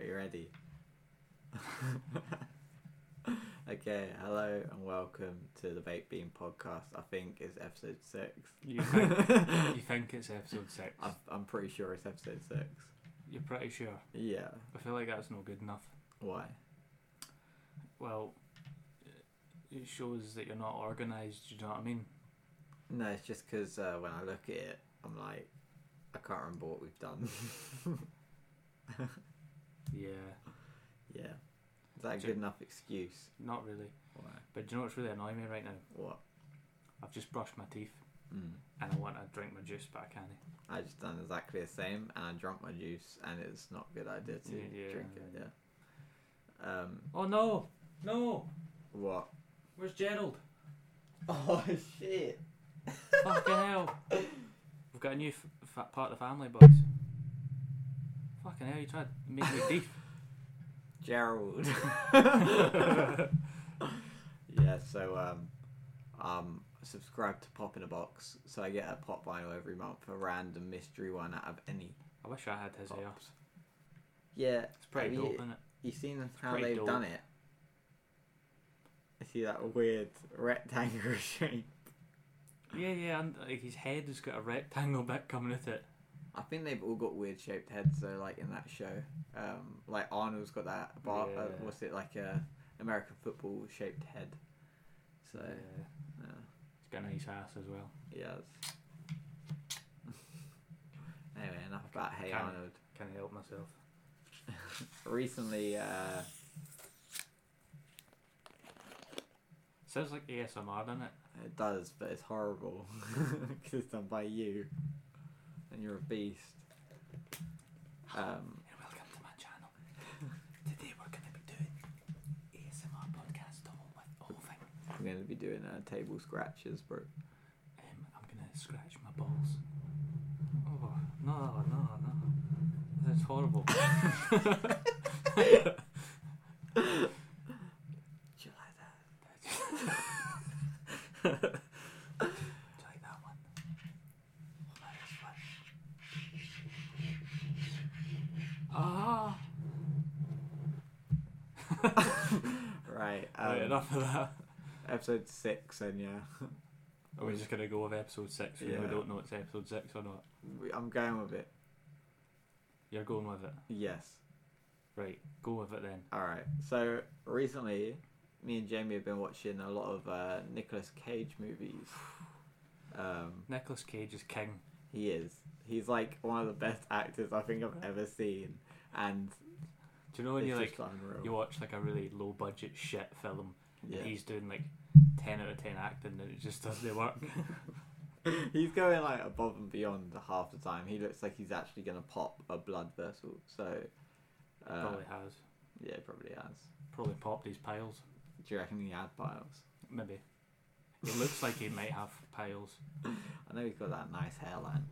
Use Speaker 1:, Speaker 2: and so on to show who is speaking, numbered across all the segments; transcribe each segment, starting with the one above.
Speaker 1: already. okay, hello and welcome to the Baked Bean Podcast. I think it's episode six.
Speaker 2: You think, you think it's episode six?
Speaker 1: I'm, I'm pretty sure it's episode six.
Speaker 2: You're pretty sure.
Speaker 1: Yeah.
Speaker 2: I feel like that's not good enough.
Speaker 1: Why?
Speaker 2: Well, it shows that you're not organised. You know what I mean?
Speaker 1: No, it's just because uh, when I look at it, I'm like, I can't remember what we've done.
Speaker 2: Yeah,
Speaker 1: yeah. Is that a
Speaker 2: Do-
Speaker 1: good enough excuse?
Speaker 2: not really.
Speaker 1: Why?
Speaker 2: But do you know what's really annoying me right now?
Speaker 1: What?
Speaker 2: I've just brushed my teeth
Speaker 1: Mm.
Speaker 2: and I want to drink my juice, but I can't.
Speaker 1: I just done exactly the same, and I drank my juice, and it's not a good idea to
Speaker 2: Yeah.
Speaker 1: drink it. Yeah. Um.
Speaker 2: Oh no, no!
Speaker 1: What?
Speaker 2: Where's Gerald?
Speaker 1: Oh shit!
Speaker 2: Fucking hell! We've got a new f- fa- part of the family, boys. Fucking hell! You tried to make me beef.
Speaker 1: Gerald. yeah. So um, um, subscribe to Pop in a Box, so I get a pop vinyl every month, a random mystery one out of any
Speaker 2: I wish I had his hair.
Speaker 1: pops. Yeah.
Speaker 2: It's pretty
Speaker 1: Have
Speaker 2: dope,
Speaker 1: you-
Speaker 2: isn't it?
Speaker 1: You seen how
Speaker 2: pretty
Speaker 1: they've
Speaker 2: dope.
Speaker 1: done it? I see that weird rectangular shape.
Speaker 2: Yeah, yeah, and like his head has got a rectangle bit coming with it.
Speaker 1: I think they've all got weird shaped heads though, like in that show. Um, like Arnold's got that bar uh,
Speaker 2: Yeah.
Speaker 1: what's it like a American football shaped head. So
Speaker 2: yeah.
Speaker 1: yeah,
Speaker 2: He's got a nice ass as well.
Speaker 1: he has. anyway, enough about Hey
Speaker 2: Can't-
Speaker 1: Arnold.
Speaker 2: Can't help myself.
Speaker 1: Recently, uh,
Speaker 2: Sounds like ASMR, doesn't it?
Speaker 1: it does, but it's horrible because it's done by you, and you're a beast. Um,
Speaker 2: And welcome to my channel. Today we're going to be doing ASMR podcast all with all thing.
Speaker 1: I'm gonna be doing uh, table scratches, bro.
Speaker 2: Um, I'm going to scratch my balls. Oh, no, no, no. That's horrible.
Speaker 1: Do you like that?
Speaker 2: Do you like that one? What about this one? Ah!
Speaker 1: Right. Um,
Speaker 2: right, enough of that.
Speaker 1: Episode six, and yeah,
Speaker 2: Are we just going to go with episode six? We
Speaker 1: Yeah.
Speaker 2: don't know it's episode six or not.
Speaker 1: We- I'm going with it.
Speaker 2: You're going with it.
Speaker 1: Yes.
Speaker 2: Right, go with it then.
Speaker 1: All right. So recently, me and Jamie have been watching a lot of uh, Nicolas Cage movies. Um,
Speaker 2: Nicholas Cage is king.
Speaker 1: he is. He's like one of the best actors I think I've ever seen, and
Speaker 2: Do you know when
Speaker 1: it's
Speaker 2: you like
Speaker 1: just unreal.
Speaker 2: you watch like a really low budget shit film
Speaker 1: yeah.
Speaker 2: and he's doing like ten out of ten acting and it just doesn't work.
Speaker 1: He's going like above and beyond half the time. He looks like he's actually gonna pop a blood vessel. So, uh,
Speaker 2: probably has.
Speaker 1: yeah, probably has.
Speaker 2: Probably popped his piles.
Speaker 1: Do you reckon he had piles?
Speaker 2: Maybe. It looks like he might have piles.
Speaker 1: I know he's got that nice hairline.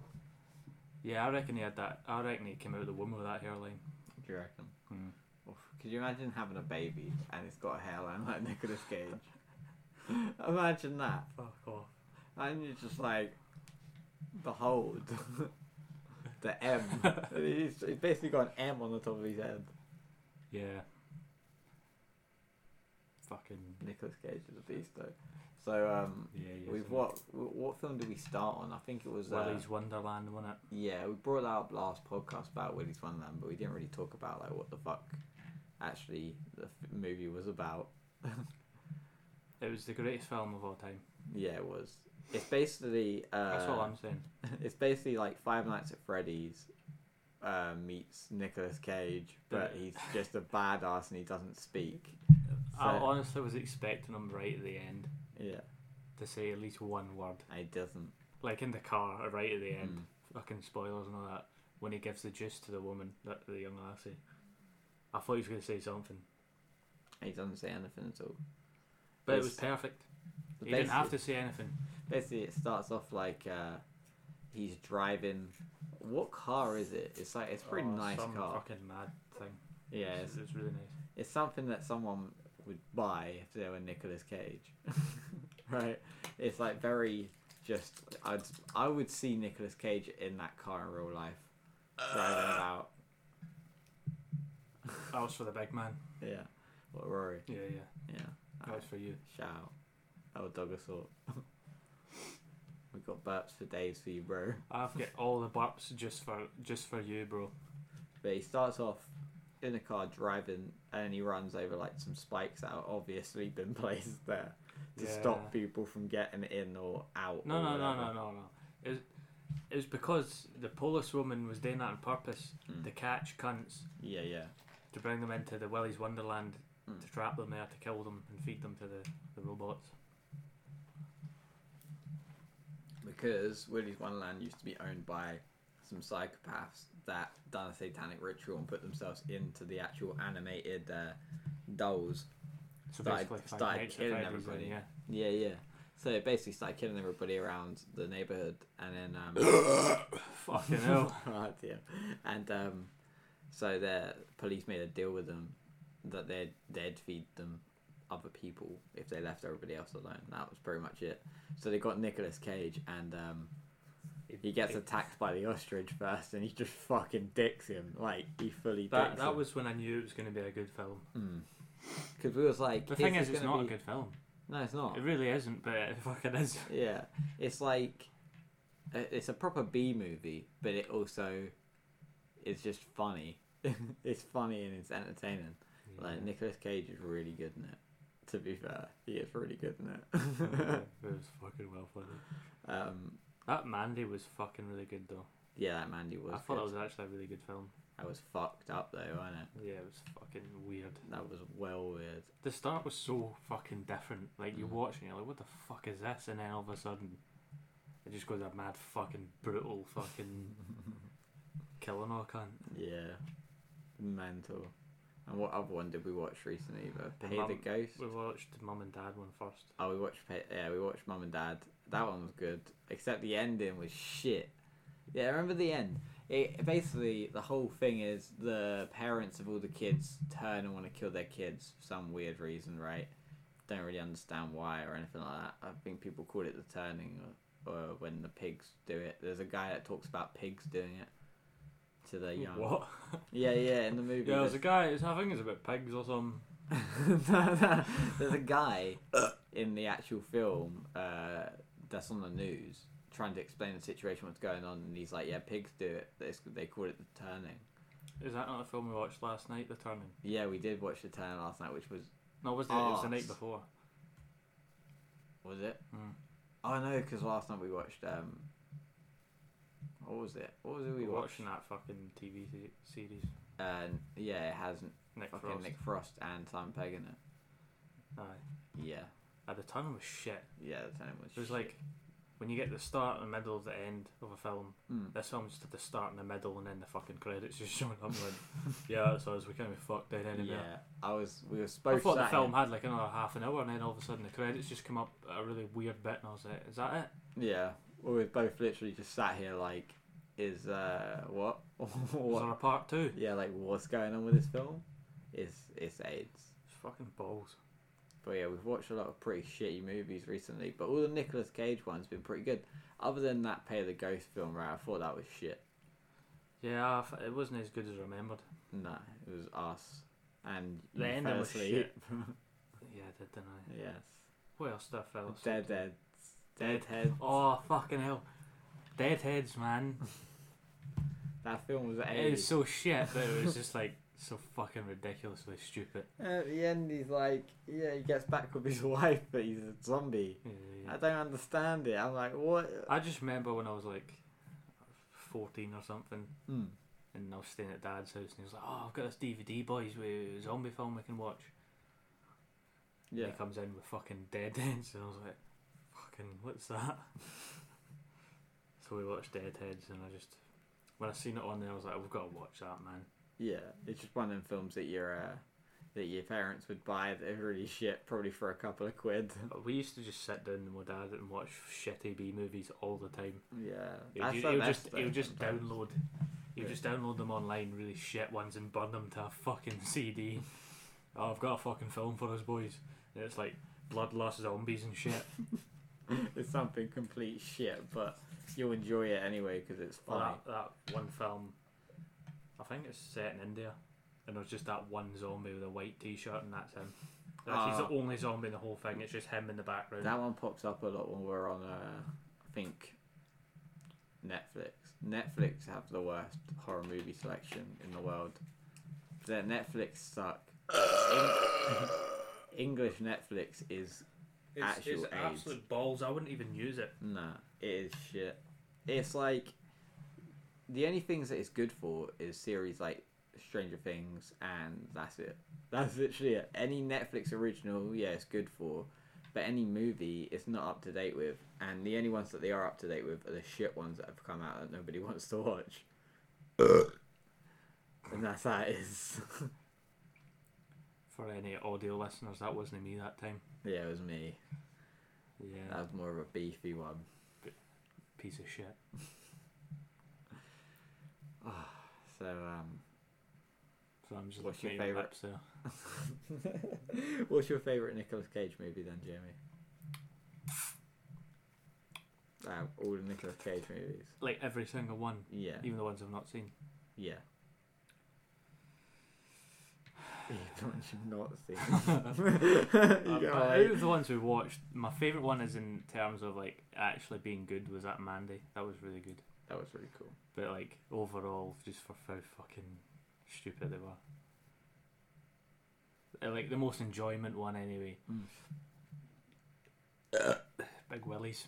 Speaker 2: Yeah, I reckon he had that. I reckon he came out of the womb with that hairline.
Speaker 1: Do you reckon?
Speaker 2: Hmm.
Speaker 1: Oof. Could you imagine having a baby and it's got a hairline like Nicolas Cage? imagine that.
Speaker 2: Fuck off.
Speaker 1: And you're just like, behold, the M. he's, he's basically got an M on the top of his head.
Speaker 2: Yeah. Fucking
Speaker 1: Nicolas Cage is a beast though. So um,
Speaker 2: yeah. he
Speaker 1: we've
Speaker 2: is.
Speaker 1: what what film did we start on? I think it was uh,
Speaker 2: Willy's Wonderland, wasn't it?
Speaker 1: Yeah, we brought that up last podcast about Willy's Wonderland, but we didn't really talk about like what the fuck actually the f- movie was about.
Speaker 2: It was the greatest film of all time.
Speaker 1: Yeah, it was. It's basically uh,
Speaker 2: That's all I'm saying.
Speaker 1: it's basically like Five Nights at Freddy's uh, meets Nicolas Cage, but he's just a badass and he doesn't speak.
Speaker 2: I
Speaker 1: So-
Speaker 2: honestly was expecting him right at the end
Speaker 1: Yeah,
Speaker 2: to say at least one word.
Speaker 1: and he doesn't.
Speaker 2: Like in the car, right at the end.
Speaker 1: Mm.
Speaker 2: Fucking spoilers and all that. When he gives the juice to the woman, that the young lassie. I thought he was going to say something.
Speaker 1: He doesn't say anything at all.
Speaker 2: But it
Speaker 1: It's-
Speaker 2: was perfect.
Speaker 1: But
Speaker 2: He didn't have
Speaker 1: basically-
Speaker 2: to say anything.
Speaker 1: Basically, it starts off like uh, he's driving. What car is it? It's like it's a pretty
Speaker 2: Oh,
Speaker 1: nice
Speaker 2: some
Speaker 1: car.
Speaker 2: fucking mad thing.
Speaker 1: Yeah,
Speaker 2: It's-
Speaker 1: it's,
Speaker 2: it's really nice.
Speaker 1: it's something that someone would buy if they were Nicolas Cage, right? It's like very just. I'd I would see Nicolas Cage in that car in real life, driving about.
Speaker 2: That was for the big man.
Speaker 1: Yeah. What Rory?
Speaker 2: Yeah, yeah.
Speaker 1: Yeah.
Speaker 2: That
Speaker 1: Ah.
Speaker 2: was for you.
Speaker 1: Shout out. Our dog assault. we got burps for days for you, bro.
Speaker 2: I've got all the burps just for just for you, bro.
Speaker 1: But he starts off in a car driving and he runs over like some spikes that are obviously been placed there to
Speaker 2: Yeah.
Speaker 1: stop people from getting in or out.
Speaker 2: No,
Speaker 1: or
Speaker 2: no, no,
Speaker 1: whatever.
Speaker 2: no, no, no. It was, it was because the Polish woman was doing that on purpose
Speaker 1: Mm.
Speaker 2: to catch cunts
Speaker 1: Yeah, yeah.
Speaker 2: to bring them into the Willy's Wonderland
Speaker 1: Mm.
Speaker 2: to trap them there to kill them and feed them to the, the robots.
Speaker 1: Because Willy's Wonderland used to be owned by some psychopaths that done a satanic ritual and put themselves into the actual animated uh, dolls.
Speaker 2: So
Speaker 1: Started-
Speaker 2: basically, Frank
Speaker 1: started
Speaker 2: Nature
Speaker 1: killing
Speaker 2: fed these
Speaker 1: everybody.
Speaker 2: in, Yeah.
Speaker 1: Yeah, yeah. So it basically started killing everybody around the neighborhood, and then um,
Speaker 2: Fucking hell.
Speaker 1: oh dear. and um, so the police made a deal with them that they'd they'd feed them other people if they left everybody else alone. That was pretty much it. So they got Nicolas Cage, and um, he gets attacked by the ostrich first, and he just fucking dicks him like he fully
Speaker 2: That,
Speaker 1: dicks
Speaker 2: that
Speaker 1: him. Hmm.
Speaker 2: was when I knew it was going to be a good film.
Speaker 1: because we was like
Speaker 2: The
Speaker 1: this
Speaker 2: thing is, it's
Speaker 1: gonna
Speaker 2: not
Speaker 1: be- Oh.
Speaker 2: a good film.
Speaker 1: No, it's not.
Speaker 2: It really isn't, but it fucking is.
Speaker 1: Yeah, it's like it- it's a proper B movie, but it also is just funny. it's funny and it's entertaining. Like Nicolas Cage is really good in it. To be fair, he is really good in it.
Speaker 2: it was fucking well funny.
Speaker 1: um,
Speaker 2: That Mandy was fucking really good though.
Speaker 1: yeah, that Mandy was.
Speaker 2: I thought
Speaker 1: good.
Speaker 2: that was actually a really good film.
Speaker 1: I was fucked up though, wasn't it?
Speaker 2: Yeah, it was fucking weird.
Speaker 1: That was well weird.
Speaker 2: The start was so fucking different. Like you
Speaker 1: Mhm.
Speaker 2: watch and you're like, what the fuck is this? And then all of a sudden, it just goes a mad fucking brutal fucking killing all cunt.
Speaker 1: Yeah, mental. And what other one did we watch recently? Either
Speaker 2: The
Speaker 1: Pay the
Speaker 2: Mum-
Speaker 1: Ghost.
Speaker 2: We watched Mum and Dad one first.
Speaker 1: Oh, we watched. Pa- Yeah, we watched Mum and Dad. That one was good, except the ending was shit. Yeah, remember the end? It basically the whole thing is the parents of all the kids turn and want to kill their kids for some weird reason, right? Don't really understand why or anything like that. I think people call it the turning or, or when the pigs do it. There's a guy that talks about pigs doing it to their young.
Speaker 2: What?
Speaker 1: Yeah, yeah, in the movie.
Speaker 2: Yeah,
Speaker 1: there's-
Speaker 2: there's a guy. it's- I think it's about pigs or something.
Speaker 1: There's a guy in the actual film uh, that's on the news trying to explain the situation, what's going on, and he's like, "Yeah, pigs do it. They, they call it the turning."
Speaker 2: Is that not a film we watched last night? The Turning.
Speaker 1: Yeah, we did watch the turning last night, which was
Speaker 2: No, was it? It was the night
Speaker 1: Arse.
Speaker 2: before.
Speaker 1: was it?
Speaker 2: Mm.
Speaker 1: Oh no, because last night we watched um, what was it? What was it we
Speaker 2: We
Speaker 1: watched?
Speaker 2: watching that fucking TV se- series.
Speaker 1: And yeah, it has
Speaker 2: Nick
Speaker 1: fucking
Speaker 2: Frost.
Speaker 1: Nick Frost and Simon Pegg in it.
Speaker 2: Aye.
Speaker 1: Yeah,
Speaker 2: At the time, it was shit.
Speaker 1: yeah, the turning was.
Speaker 2: It was
Speaker 1: shit.
Speaker 2: like when you get the start, and the middle, of the end of a film.
Speaker 1: Mm.
Speaker 2: This film's just at the start and the middle, and then the fucking credits just showing up. Like, yeah, that's us. We can't be fucked in anymore.
Speaker 1: yeah. I was. We were
Speaker 2: I
Speaker 1: supposed.
Speaker 2: thought the
Speaker 1: sat
Speaker 2: film
Speaker 1: in-
Speaker 2: had like another half an hour, and then all of a sudden the credits just come up at a really weird bit, and I was like, "Is that it?"
Speaker 1: Yeah, well, we've both literally just sat here like, is uh what?
Speaker 2: Was
Speaker 1: what?
Speaker 2: there a part two?
Speaker 1: Yeah, like what's going on with this film? It's it's AIDS.
Speaker 2: It's fucking balls.
Speaker 1: But yeah, we've watched a lot of pretty shitty movies recently, but all the Nicolas Cage ones been pretty good. Other than that Pay the Ghost film, right? I thought that was shit.
Speaker 2: Yeah, I f- it wasn't as good as I remembered.
Speaker 1: Nah, it was us. And
Speaker 2: The
Speaker 1: you
Speaker 2: ending
Speaker 1: fell
Speaker 2: was
Speaker 1: asleep.
Speaker 2: Yeah, I did, didn't I?
Speaker 1: yes.
Speaker 2: What else did I fell asleep
Speaker 1: Dead
Speaker 2: to?
Speaker 1: Dead. Deadhead.
Speaker 2: Oh fucking hell, Deadheads, man.
Speaker 1: That film was
Speaker 2: It was
Speaker 1: AIDS.
Speaker 2: so shit, but it was just like so fucking ridiculously stupid.
Speaker 1: At the end, he's like, yeah, he gets back with his wife, but he's a zombie.
Speaker 2: Yeah, yeah.
Speaker 1: I don't understand it. I'm like, what?
Speaker 2: I just remember when I was like 14 or something,
Speaker 1: Mm.
Speaker 2: and I was staying at dad's house, and he was like, "Oh, I've got this DVD, boys, with a zombie film we can watch."
Speaker 1: Yeah.
Speaker 2: And he comes in with fucking Dead Ends, and I was like, "Fucking, what's that?" so we watched Deadheads, and I just when I seen it on there, I was like, "We've got to watch that, man."
Speaker 1: Yeah. It's just one of them films that your uh, that your parents would buy that are really shit, probably for a couple of quid.
Speaker 2: But we used to just sit down with dad and watch shitty B movies all the time.
Speaker 1: Yeah.
Speaker 2: He would,
Speaker 1: the
Speaker 2: ju- he would
Speaker 1: best
Speaker 2: just
Speaker 1: though
Speaker 2: he would just
Speaker 1: sometimes.
Speaker 2: download. He would
Speaker 1: Yeah.
Speaker 2: just download them online, really shit ones, and burn them to a fucking CD. oh, I've got a fucking film for us boys. And it's like bloodlust zombies and shit.
Speaker 1: it's something complete shit, but you'll enjoy
Speaker 2: Oh,
Speaker 1: it anyway because it's
Speaker 2: Well,
Speaker 1: funny.
Speaker 2: that, that one film, I think it's set in India, and there's just that one zombie with a white T-shirt, and that's him. Like, he's the
Speaker 1: Oh.
Speaker 2: only zombie in the whole thing. It's just him in the background.
Speaker 1: That one pops up a lot when we're on, uh, I think, Netflix. Netflix have the worst horror movie selection in the world. Their Netflix suck. Eng- English Netflix is
Speaker 2: it's it's
Speaker 1: actual AIDS.
Speaker 2: absolute balls. I wouldn't even use it.
Speaker 1: nah, it is shit. It's like the only things that it's good for is series like Stranger Things, and that's it. That's literally it. Any Netflix original, yeah, it's good for, but any movie, it's not up to date with. And the only ones that they are up to date with are the shit ones that have come out that nobody wants to watch. and that's how it is.
Speaker 2: For any audio listeners, that wasn't me that time.
Speaker 1: yeah, it was me.
Speaker 2: Yeah,
Speaker 1: That was more of a beefy one.
Speaker 2: piece of shit.
Speaker 1: So, um,
Speaker 2: So I'm just
Speaker 1: What's
Speaker 2: looking
Speaker 1: your
Speaker 2: at your
Speaker 1: favourite?
Speaker 2: lips there.
Speaker 1: What's your favourite Nicolas Cage movie then, Jamie? Out of all the Nicolas Cage movies.
Speaker 2: Like every single one,
Speaker 1: Yeah.
Speaker 2: even the ones I've not seen.
Speaker 1: Yeah. You don't should not see.
Speaker 2: Uh,
Speaker 1: you
Speaker 2: but
Speaker 1: go
Speaker 2: out
Speaker 1: like,
Speaker 2: of the ones we watched, my favourite one is in terms of like actually being good was that Mandy. That was really good.
Speaker 1: that was really cool.
Speaker 2: But like overall, just for how fucking stupid they were. Uh, Like the most enjoyment one anyway.
Speaker 1: Mm.
Speaker 2: Big Willies.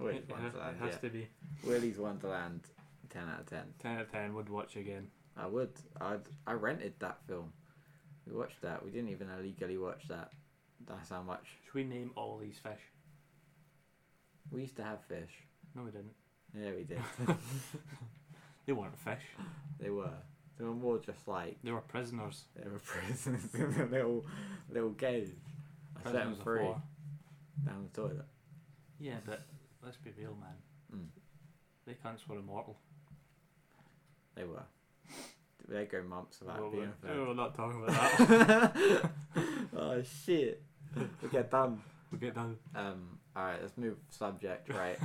Speaker 1: Willie's
Speaker 2: it, it
Speaker 1: Wonderland.
Speaker 2: has
Speaker 1: Yeah.
Speaker 2: to be
Speaker 1: Willie's Wonderland, ten out of ten.
Speaker 2: ten out of ten. Would watch again.
Speaker 1: I would. I'd. I rented that film. We watched that. We didn't even illegally watch that. That's how much
Speaker 2: Should we name all these fish?
Speaker 1: we used to have fish.
Speaker 2: No, we didn't.
Speaker 1: Yeah, we did.
Speaker 2: They weren't fish.
Speaker 1: They were. They were more just like
Speaker 2: They were prisoners.
Speaker 1: they were prisoners in a little little cave. I set them
Speaker 2: Prisoners of
Speaker 1: free
Speaker 2: war.
Speaker 1: down the toilet.
Speaker 2: Yeah, but let's be real, man.
Speaker 1: Mm.
Speaker 2: They cunts were immortal.
Speaker 1: They were. They go months without
Speaker 2: Well,
Speaker 1: being
Speaker 2: we're,
Speaker 1: fed.
Speaker 2: we're not talking about that.
Speaker 1: oh shit! We get done.
Speaker 2: we'll get down.
Speaker 1: Um. All right. Let's move subject. Right.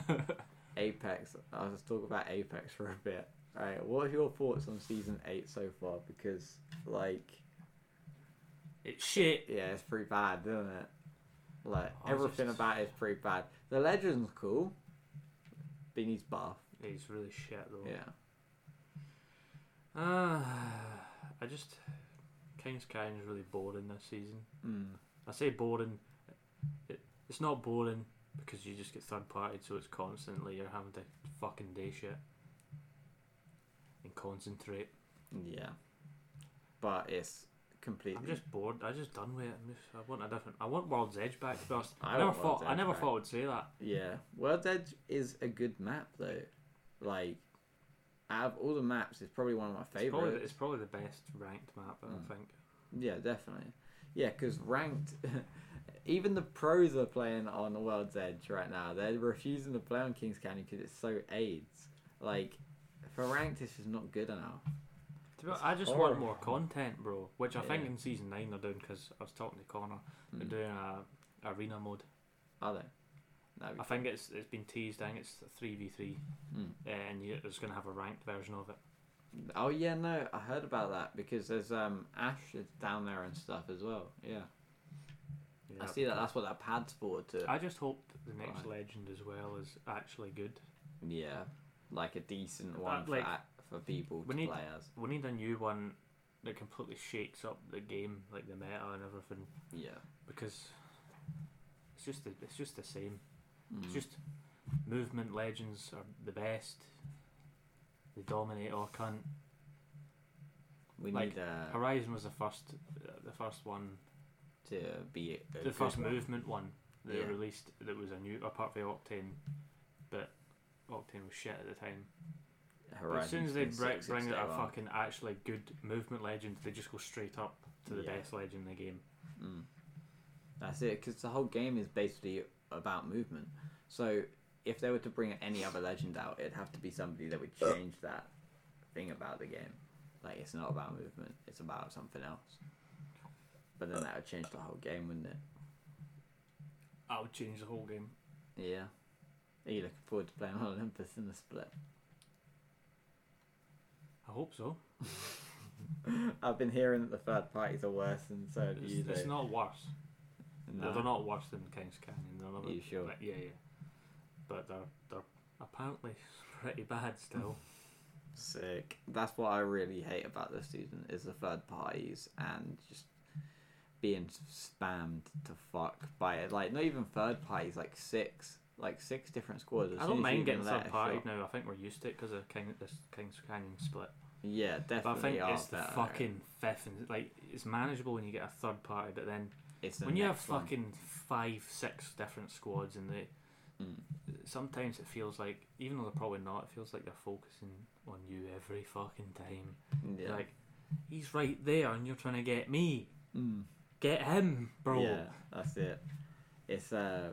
Speaker 1: Apex. I'll just talk about Apex for a bit. All right. What are your thoughts on season eight so far? Because like,
Speaker 2: It's shit.
Speaker 1: yeah, it's pretty bad, isn't it? Like
Speaker 2: I
Speaker 1: everything
Speaker 2: just-
Speaker 1: about it is pretty bad. The legend's cool. Beanie's bath.
Speaker 2: It's really shit though.
Speaker 1: Yeah.
Speaker 2: Uh, I just King's Canyon is really boring this season.
Speaker 1: Mm.
Speaker 2: I say boring. It, it's not boring because you just get third partied, so it's constantly you're having to fucking day shit and concentrate.
Speaker 1: Yeah. But it's completely.
Speaker 2: I'm just bored. I just done with it. I'm just, I want a different. I want World's Edge back first.
Speaker 1: I
Speaker 2: I, never
Speaker 1: want World's
Speaker 2: thought. I
Speaker 1: Edge
Speaker 2: never
Speaker 1: back.
Speaker 2: thought I would say that.
Speaker 1: Yeah, World's Edge is a good map though. Like, out of all the maps, it's probably one of my
Speaker 2: It's probably, the-
Speaker 1: favorites.
Speaker 2: it's probably the best ranked map. I
Speaker 1: Mm.
Speaker 2: think.
Speaker 1: Yeah, definitely. Yeah, because ranked, even the pros are playing on World's Edge right now. They're refusing to play on Kings Canyon because it's so AIDS. Like, for ranked, it's just not good enough.
Speaker 2: To be,
Speaker 1: It's
Speaker 2: I just want
Speaker 1: horrible.
Speaker 2: more content, bro. Which I think
Speaker 1: Yeah.
Speaker 2: in season nine they're doing because I was talking to Connor. They're
Speaker 1: Mm.
Speaker 2: doing a arena mode.
Speaker 1: Are they? That'd
Speaker 2: I
Speaker 1: be-
Speaker 2: think it's it's been teased. I think it's three v three, eh,
Speaker 1: Mm.
Speaker 2: and you, it's going to have a ranked version of it.
Speaker 1: Oh yeah, no, I heard about that because there's um Ash is down there and stuff as well. Yeah, I see that. That's what that pad's for to.
Speaker 2: I just hope the next
Speaker 1: Right.
Speaker 2: legend as well is actually good.
Speaker 1: Yeah, like a decent
Speaker 2: That,
Speaker 1: one for
Speaker 2: like,
Speaker 1: for for people
Speaker 2: we
Speaker 1: to
Speaker 2: need-
Speaker 1: play as.
Speaker 2: We need a new one that completely shakes up the game, like the meta and everything,
Speaker 1: Yeah,
Speaker 2: because it's just the, it's just the same.
Speaker 1: Mm.
Speaker 2: It's just movement legends are the best. They dominate all cunt.
Speaker 1: we
Speaker 2: like,
Speaker 1: need uh,
Speaker 2: Horizon was the first, the first one,
Speaker 1: to be a
Speaker 2: the
Speaker 1: good
Speaker 2: first
Speaker 1: one.
Speaker 2: movement one that
Speaker 1: Yeah.
Speaker 2: released that was a new apart from Octane, but Octane was shit at the time. But as soon
Speaker 1: Horizon's
Speaker 2: as they
Speaker 1: been
Speaker 2: bri-
Speaker 1: sick
Speaker 2: bring
Speaker 1: since
Speaker 2: out
Speaker 1: day
Speaker 2: a
Speaker 1: one.
Speaker 2: fucking actually good movement legend, they just go straight up to the
Speaker 1: Yeah.
Speaker 2: best legend in the game.
Speaker 1: Mm. That's it, because the whole game is basically about movement. So if they were to bring any other legend out, it'd have to be somebody that would change that thing about the game. Like it's not about movement; it's about something else. But then that would change the whole game, wouldn't it?
Speaker 2: I would change the whole game.
Speaker 1: Yeah. Are you looking forward to playing on Olympus in the split?
Speaker 2: I hope so.
Speaker 1: I've been hearing that the third parties are worse than so do you.
Speaker 2: It's, it's
Speaker 1: do.
Speaker 2: not worse.
Speaker 1: No.
Speaker 2: They're not worse than Kings Canyon. They're not.
Speaker 1: Are you sure?
Speaker 2: Yeah, yeah. But they're they're apparently pretty bad still.
Speaker 1: Sick. That's what I really hate about this season is the third parties and just being spammed to fuck by like not even third parties like six like six different squads. As
Speaker 2: I
Speaker 1: soon as
Speaker 2: don't
Speaker 1: you
Speaker 2: mind
Speaker 1: even
Speaker 2: getting
Speaker 1: let a
Speaker 2: third party
Speaker 1: shot-
Speaker 2: now. I think we're used to it because of King, this Kings Canyon split.
Speaker 1: Yeah,
Speaker 2: But I
Speaker 1: definitely.
Speaker 2: think
Speaker 1: are
Speaker 2: it's the
Speaker 1: better.
Speaker 2: fucking fifth, and like it's manageable when you get a third party. But then
Speaker 1: It's the
Speaker 2: when you have
Speaker 1: next one.
Speaker 2: fucking five, six different squads, and they
Speaker 1: Mm.
Speaker 2: sometimes it feels like even though they're probably not, it feels like they're focusing on you every fucking time.
Speaker 1: Mm, yeah.
Speaker 2: Like he's right there, and you're trying to get me.
Speaker 1: Mm.
Speaker 2: Get him, bro.
Speaker 1: Yeah, that's it. It's uh,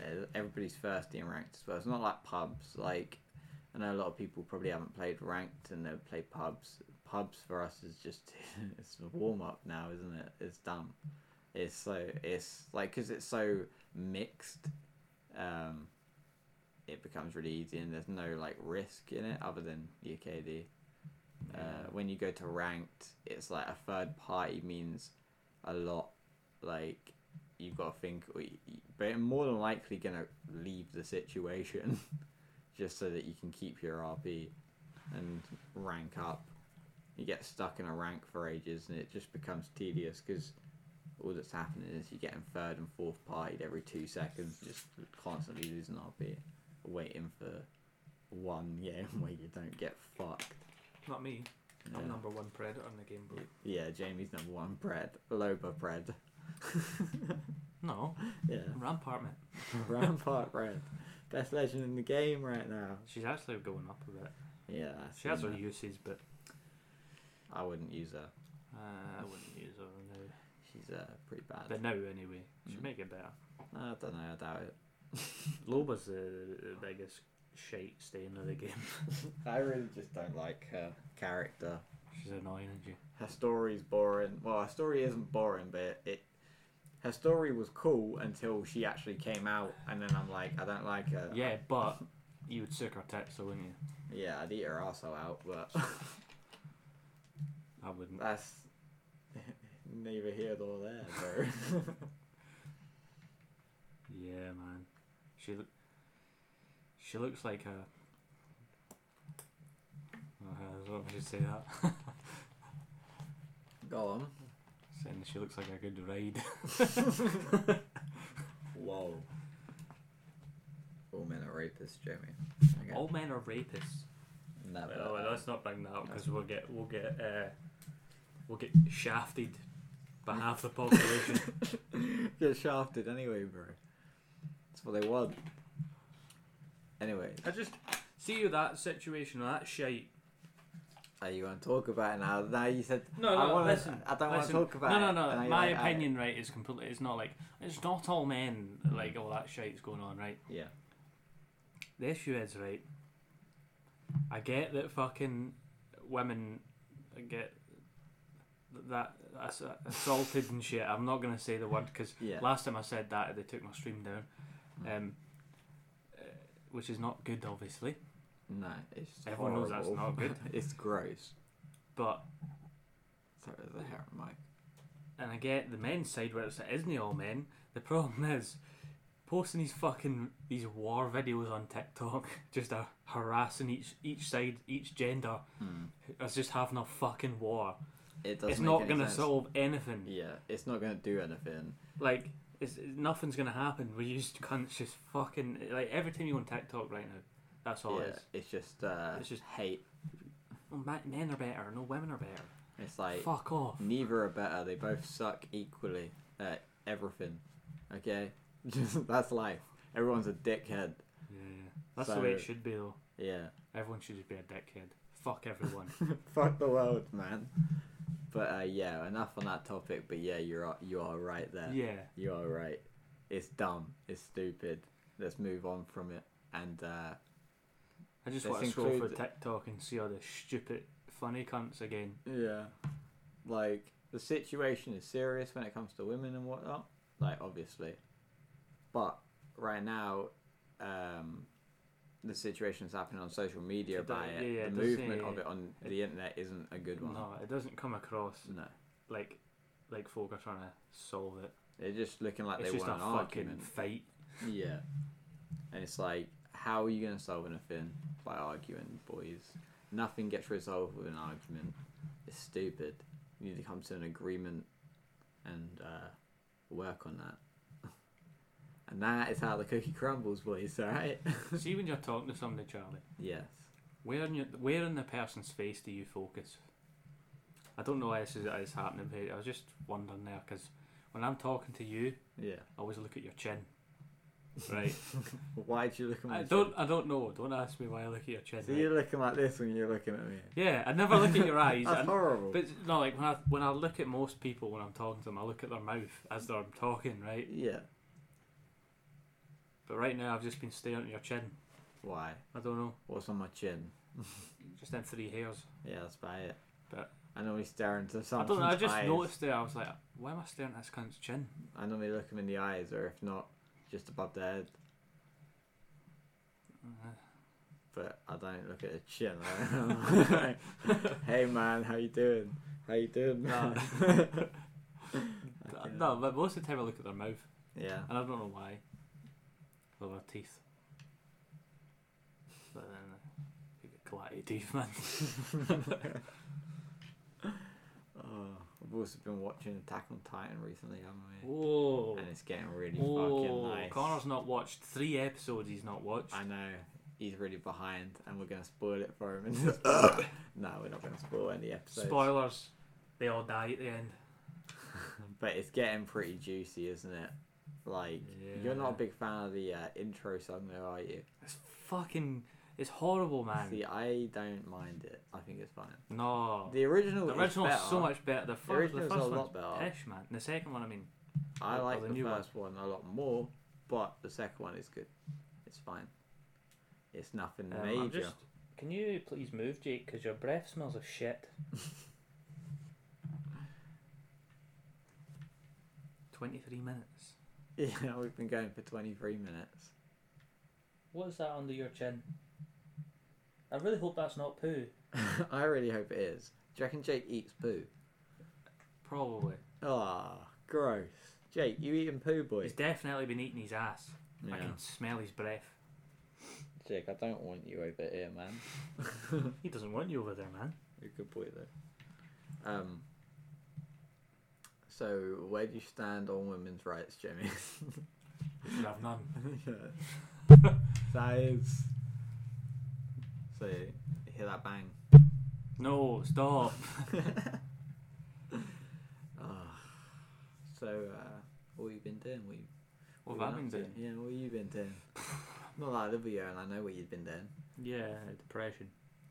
Speaker 1: eh, everybody's thirsty in ranked as well. It's not like pubs. Like I know a lot of people probably haven't played ranked and they've played pubs. Pubs for us is just it's a warm up now, isn't it? It's dumb. It's so it's like because it's so mixed. Um, it becomes really easy and there's no like risk in it other than UKD. Uh, when you go to ranked, it's like a third party means a lot. Like you've got to think, but you're more than likely gonna leave the situation just so that you can keep your RP and rank up. You get stuck in a rank for ages, and it just becomes tedious because all that's happening is you're getting third and fourth partied every two seconds, just constantly losing RP, waiting for one game where you don't get fucked.
Speaker 2: Not me.
Speaker 1: Yeah.
Speaker 2: I'm number one predator in the game, bro.
Speaker 1: Yeah, Jamie's number one bread. Loba bread.
Speaker 2: No,
Speaker 1: Yeah.
Speaker 2: Rampart, man.
Speaker 1: Rampart bread. Best legend in the game right now.
Speaker 2: She's actually going up a bit.
Speaker 1: Yeah. I've
Speaker 2: She has
Speaker 1: seen
Speaker 2: her
Speaker 1: that.
Speaker 2: uses, but
Speaker 1: I wouldn't use her.
Speaker 2: uh, I wouldn't use her now.
Speaker 1: She's uh, pretty bad.
Speaker 2: But now, anyway, she
Speaker 1: Mm.
Speaker 2: make it better.
Speaker 1: I don't know. I doubt it.
Speaker 2: Loba's the, the biggest shite staying
Speaker 1: Mm.
Speaker 2: of the game.
Speaker 1: I really just don't like her character.
Speaker 2: She's annoying, isn't she?
Speaker 1: Her story's boring. Well, her story isn't boring, but it, it her story was cool until she actually came out, and then I'm like, I don't like her.
Speaker 2: Yeah, but you would suck her tits, though, wouldn't you?
Speaker 1: Yeah, I'd eat her arsehole out, but
Speaker 2: I wouldn't.
Speaker 1: that's neither here nor there, bro.
Speaker 2: Yeah, man. She look. She looks like a. Uh, I don't know if I should say that.
Speaker 1: Go on.
Speaker 2: Saying she looks like a good ride.
Speaker 1: Whoa. Oh, All men are rapists, Jamie. Okay.
Speaker 2: All men are rapists.
Speaker 1: Never.
Speaker 2: Well, well, let's not bring that up
Speaker 1: uh, That's
Speaker 2: because we'll get we'll get uh, we'll get shafted by half the population.
Speaker 1: Get shafted anyway, bro. That's what they want. Anyway,
Speaker 2: I just see you that situation or that shite.
Speaker 1: are you going to talk about it now? Now you said
Speaker 2: No,
Speaker 1: I
Speaker 2: no,
Speaker 1: wanna,
Speaker 2: listen.
Speaker 1: I don't
Speaker 2: listen.
Speaker 1: want to talk about
Speaker 2: no,
Speaker 1: it.
Speaker 2: no,
Speaker 1: and
Speaker 2: no,
Speaker 1: now you're
Speaker 2: My
Speaker 1: like, I-
Speaker 2: opinion, right, is completely. It's not like it's not all men like all that shite's going on, right?
Speaker 1: yeah.
Speaker 2: The issue is, right. I get that fucking women get that ass- assaulted and shit. I'm not gonna say the word because
Speaker 1: Yeah. Mm.
Speaker 2: Last time I said that, they took my stream down, um, uh, which is not good, obviously.
Speaker 1: No, it's
Speaker 2: Everyone knows that's
Speaker 1: horrible.
Speaker 2: not good.
Speaker 1: it's gross.
Speaker 2: But
Speaker 1: Sorry, the hair mic.
Speaker 2: and I get the men's side where it's isn't all men. The problem is posting these fucking these war videos on TikTok, just uh, harassing each each side, each gender.
Speaker 1: Hmm.
Speaker 2: It's just having a fucking war.
Speaker 1: It doesn't
Speaker 2: it's
Speaker 1: make
Speaker 2: not
Speaker 1: any
Speaker 2: gonna
Speaker 1: sense.
Speaker 2: solve anything.
Speaker 1: Yeah, it's not gonna do anything.
Speaker 2: Like. It's, it's- nothing's gonna happen. We just cunts just fucking like every time you on TikTok right now. That's all
Speaker 1: yeah,
Speaker 2: it is.
Speaker 1: it's just uh,
Speaker 2: It's just-
Speaker 1: hate.
Speaker 2: Oh, ma- men are better. No, women are better.
Speaker 1: It's like mm.
Speaker 2: Fuck off.
Speaker 1: Neither are better. They both suck equally at everything. Okay, just that's life. Everyone's a dickhead.
Speaker 2: Yeah, that's the way it
Speaker 1: So-
Speaker 2: should be though.
Speaker 1: Yeah,
Speaker 2: Everyone should just be a dickhead. Fuck everyone.
Speaker 1: fuck the world, man. But uh, yeah, enough on that topic. But yeah, you're right- you are right there.
Speaker 2: yeah,
Speaker 1: You are right. It's dumb. It's stupid. Let's move on from it. And uh,
Speaker 2: I just
Speaker 1: Let's
Speaker 2: want to scroll for
Speaker 1: include-
Speaker 2: TikTok and see all the stupid, funny cunts again.
Speaker 1: Yeah. Like, the situation is serious when it comes to women and whatnot. Like, obviously. But right now, um, the situation that's happening on social media
Speaker 2: It do-
Speaker 1: about it,
Speaker 2: yeah, yeah,
Speaker 1: the
Speaker 2: it does
Speaker 1: movement
Speaker 2: say-
Speaker 1: of it on the internet isn't a good one.
Speaker 2: No, it doesn't come across
Speaker 1: No,
Speaker 2: like like folk are trying to solve it.
Speaker 1: they're just looking like
Speaker 2: it's
Speaker 1: they
Speaker 2: just a
Speaker 1: want
Speaker 2: fucking
Speaker 1: an argument.
Speaker 2: fight.
Speaker 1: Yeah, and it's like, how are you going to solve anything by arguing, boys? Nothing gets resolved with an argument. It's stupid. You need to come to an agreement and uh, work on that. and that is how the cookie crumbles, boys. All right?
Speaker 2: See when you're talking to somebody, Charlie.
Speaker 1: yes.
Speaker 2: Where in your, where in the person's face do you focus? I don't know why this is, is happening, but I was just wondering there because when I'm talking to you,
Speaker 1: Yeah.
Speaker 2: I always look at your chin. Right.
Speaker 1: Why do you look at my
Speaker 2: I
Speaker 1: chin?
Speaker 2: don't. I don't know. Don't ask me why I look at your chin.
Speaker 1: So
Speaker 2: right?
Speaker 1: you're looking like this when you're looking at me.
Speaker 2: Yeah, I never look at your eyes.
Speaker 1: That's
Speaker 2: I-
Speaker 1: horrible.
Speaker 2: but no, like when I when I look at most people when I'm talking to them, I look at their mouth as they're talking, right?
Speaker 1: yeah.
Speaker 2: But right now, I've just been staring at your chin.
Speaker 1: Why?
Speaker 2: I don't know.
Speaker 1: What's on my chin?
Speaker 2: Just them three hairs.
Speaker 1: Yeah, that's about it.
Speaker 2: But-
Speaker 1: I normally stare into
Speaker 2: I
Speaker 1: someone's
Speaker 2: don't know. I just
Speaker 1: eyes.
Speaker 2: noticed it. I was like, why am I staring at this cunt's chin?
Speaker 1: I normally look them in the eyes, or if not, just above their head. But I don't look at the chin. I don't- hey man, how you doing? How you doing?
Speaker 2: No.
Speaker 1: Man?
Speaker 2: Uh, No, but most of the time I look at their mouth,
Speaker 1: Yeah.
Speaker 2: and I don't know why. Or their teeth. But then, uh, you get glatty teeth, man. Uh,
Speaker 1: Oh, I've also been watching Attack on Titan recently, haven't
Speaker 2: Whoa.
Speaker 1: we? And it's getting really fucking
Speaker 2: Oh,
Speaker 1: nice.
Speaker 2: Connor's not watched three episodes. He's not watched.
Speaker 1: I know he's really behind, and we're gonna spoil it for him. And no, we're not gonna spoil any episodes.
Speaker 2: Spoilers. They all die at the end.
Speaker 1: But it's getting pretty juicy, isn't it? Like you're not a big fan of the uh, intro song, though, are you?
Speaker 2: It's fucking. It's horrible, man.
Speaker 1: See, I don't mind it. I think it's fine.
Speaker 2: no.
Speaker 1: The original,
Speaker 2: The
Speaker 1: is
Speaker 2: original's
Speaker 1: better.
Speaker 2: so much better. The,
Speaker 1: The
Speaker 2: fir- the
Speaker 1: original's
Speaker 2: first
Speaker 1: a lot
Speaker 2: one's
Speaker 1: better.
Speaker 2: pish, man. The second one, I mean,
Speaker 1: I
Speaker 2: or
Speaker 1: like
Speaker 2: the
Speaker 1: the,
Speaker 2: new one.
Speaker 1: first one. a lot more, but the second one is good. It's fine. It's nothing
Speaker 2: um, I'm
Speaker 1: major.
Speaker 2: just. Can you please move, Jake? Because your breath smells of shit. Twenty-three minutes.
Speaker 1: Yeah, we've been going for 23 minutes.
Speaker 2: What is that under your chin? I really hope that's not poo.
Speaker 1: I really hope it is. Do you reckon Jake eats poo?
Speaker 2: Probably.
Speaker 1: Ah, gross. Jake, you eating poo, boy?
Speaker 2: He's definitely been eating his ass. I
Speaker 1: Yeah.
Speaker 2: can smell his breath.
Speaker 1: Jake, I don't want you over here, man.
Speaker 2: He doesn't want you over there, man.
Speaker 1: You're a good boy, though. Um. So, where do you stand on women's rights, Jimmy?
Speaker 2: You should have none.
Speaker 1: that is. So, you hear that bang?
Speaker 2: No, stop.
Speaker 1: Ah. so, uh, what have you been doing? What, you,
Speaker 2: What
Speaker 1: what
Speaker 2: have I
Speaker 1: you
Speaker 2: been
Speaker 1: up
Speaker 2: doing?
Speaker 1: to? Yeah, what have you been doing? Not that I live with you and I know what you've been doing.
Speaker 2: Yeah, depression.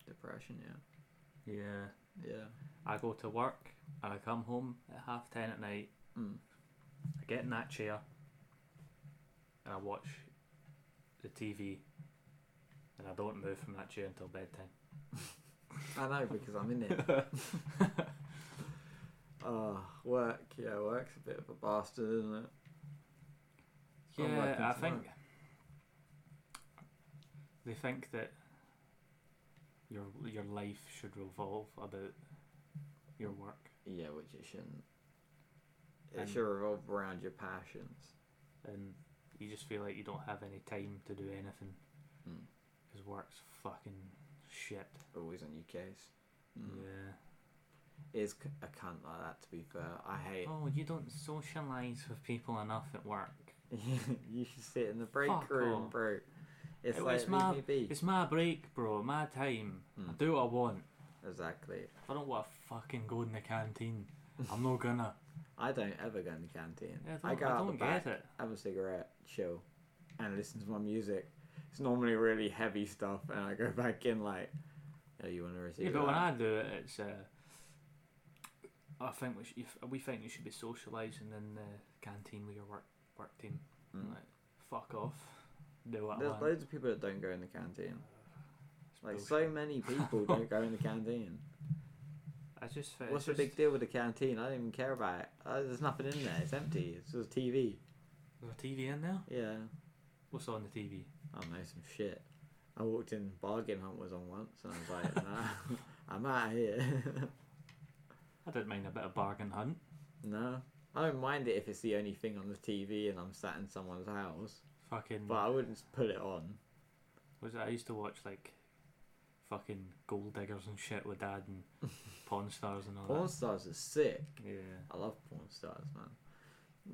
Speaker 1: Depression, yeah.
Speaker 2: Yeah.
Speaker 1: Yeah.
Speaker 2: I go to work and I come home at half ten at night.
Speaker 1: Mm.
Speaker 2: I get in that chair and I watch the TV and I don't move from that chair until bedtime.
Speaker 1: I know because I'm in it. Oh, work, yeah, work's a bit of a bastard, isn't it? I'm
Speaker 2: Yeah,
Speaker 1: working
Speaker 2: I
Speaker 1: tomorrow.
Speaker 2: think they think that your your life should revolve about your work.
Speaker 1: Yeah, which it shouldn't. It
Speaker 2: And-
Speaker 1: should revolve around your passions.
Speaker 2: and you just feel like you don't have any time to do anything
Speaker 1: Mm.
Speaker 2: because work's fucking shit.
Speaker 1: Always on your case. Mm.
Speaker 2: Yeah.
Speaker 1: Is c- a cunt like that, to be fair. I hate
Speaker 2: Oh, you don't socialise with people enough at work.
Speaker 1: You should sit in the break
Speaker 2: Oh. Fuck
Speaker 1: room,
Speaker 2: off.
Speaker 1: bro. It's
Speaker 2: It
Speaker 1: like,
Speaker 2: was
Speaker 1: leave
Speaker 2: my-
Speaker 1: me be.
Speaker 2: It's my break, bro. My time. I
Speaker 1: Mm.
Speaker 2: do what I want.
Speaker 1: Exactly.
Speaker 2: If I don't want to fucking go in the canteen, I'm not gonna.
Speaker 1: I don't ever go in the canteen.
Speaker 2: Yeah, I
Speaker 1: I
Speaker 2: don't,
Speaker 1: go
Speaker 2: I
Speaker 1: out the
Speaker 2: don't get
Speaker 1: back,
Speaker 2: it.
Speaker 1: have a cigarette, chill, and listen to my music. It's normally really heavy stuff, and I go back in like, oh, you want to receive
Speaker 2: Yeah, but when
Speaker 1: that?
Speaker 2: I do it, it's. Uh, I think we, sh- if we think you should be socialising in the canteen with your work work team.
Speaker 1: Mm.
Speaker 2: Like, fuck off. Do what I
Speaker 1: There's
Speaker 2: want.
Speaker 1: loads of people that don't go in the canteen.
Speaker 2: It's
Speaker 1: Like so
Speaker 2: bullshit.
Speaker 1: many people don't go in the canteen.
Speaker 2: I just think
Speaker 1: What's
Speaker 2: it's
Speaker 1: the big
Speaker 2: just,
Speaker 1: deal with the canteen? I don't even care about it. Uh, there's nothing in there. It's empty. It's just TV.
Speaker 2: There's a TV in there.
Speaker 1: Yeah.
Speaker 2: What's on the TV?
Speaker 1: I don't know some shit. I walked in Bargain Hunt was on once, and I was like, nah, I'm out of here.
Speaker 2: I don't mind a bit of bargain hunt.
Speaker 1: no, I don't mind it if it's the only thing on the TV and I'm sat in someone's house,
Speaker 2: Fucking
Speaker 1: but I wouldn't put it on.
Speaker 2: was it, I used to watch like fucking gold diggers and shit with dad and pawn stars and all
Speaker 1: Porn stars are sick.
Speaker 2: that. Yeah.
Speaker 1: I love porn stars, man.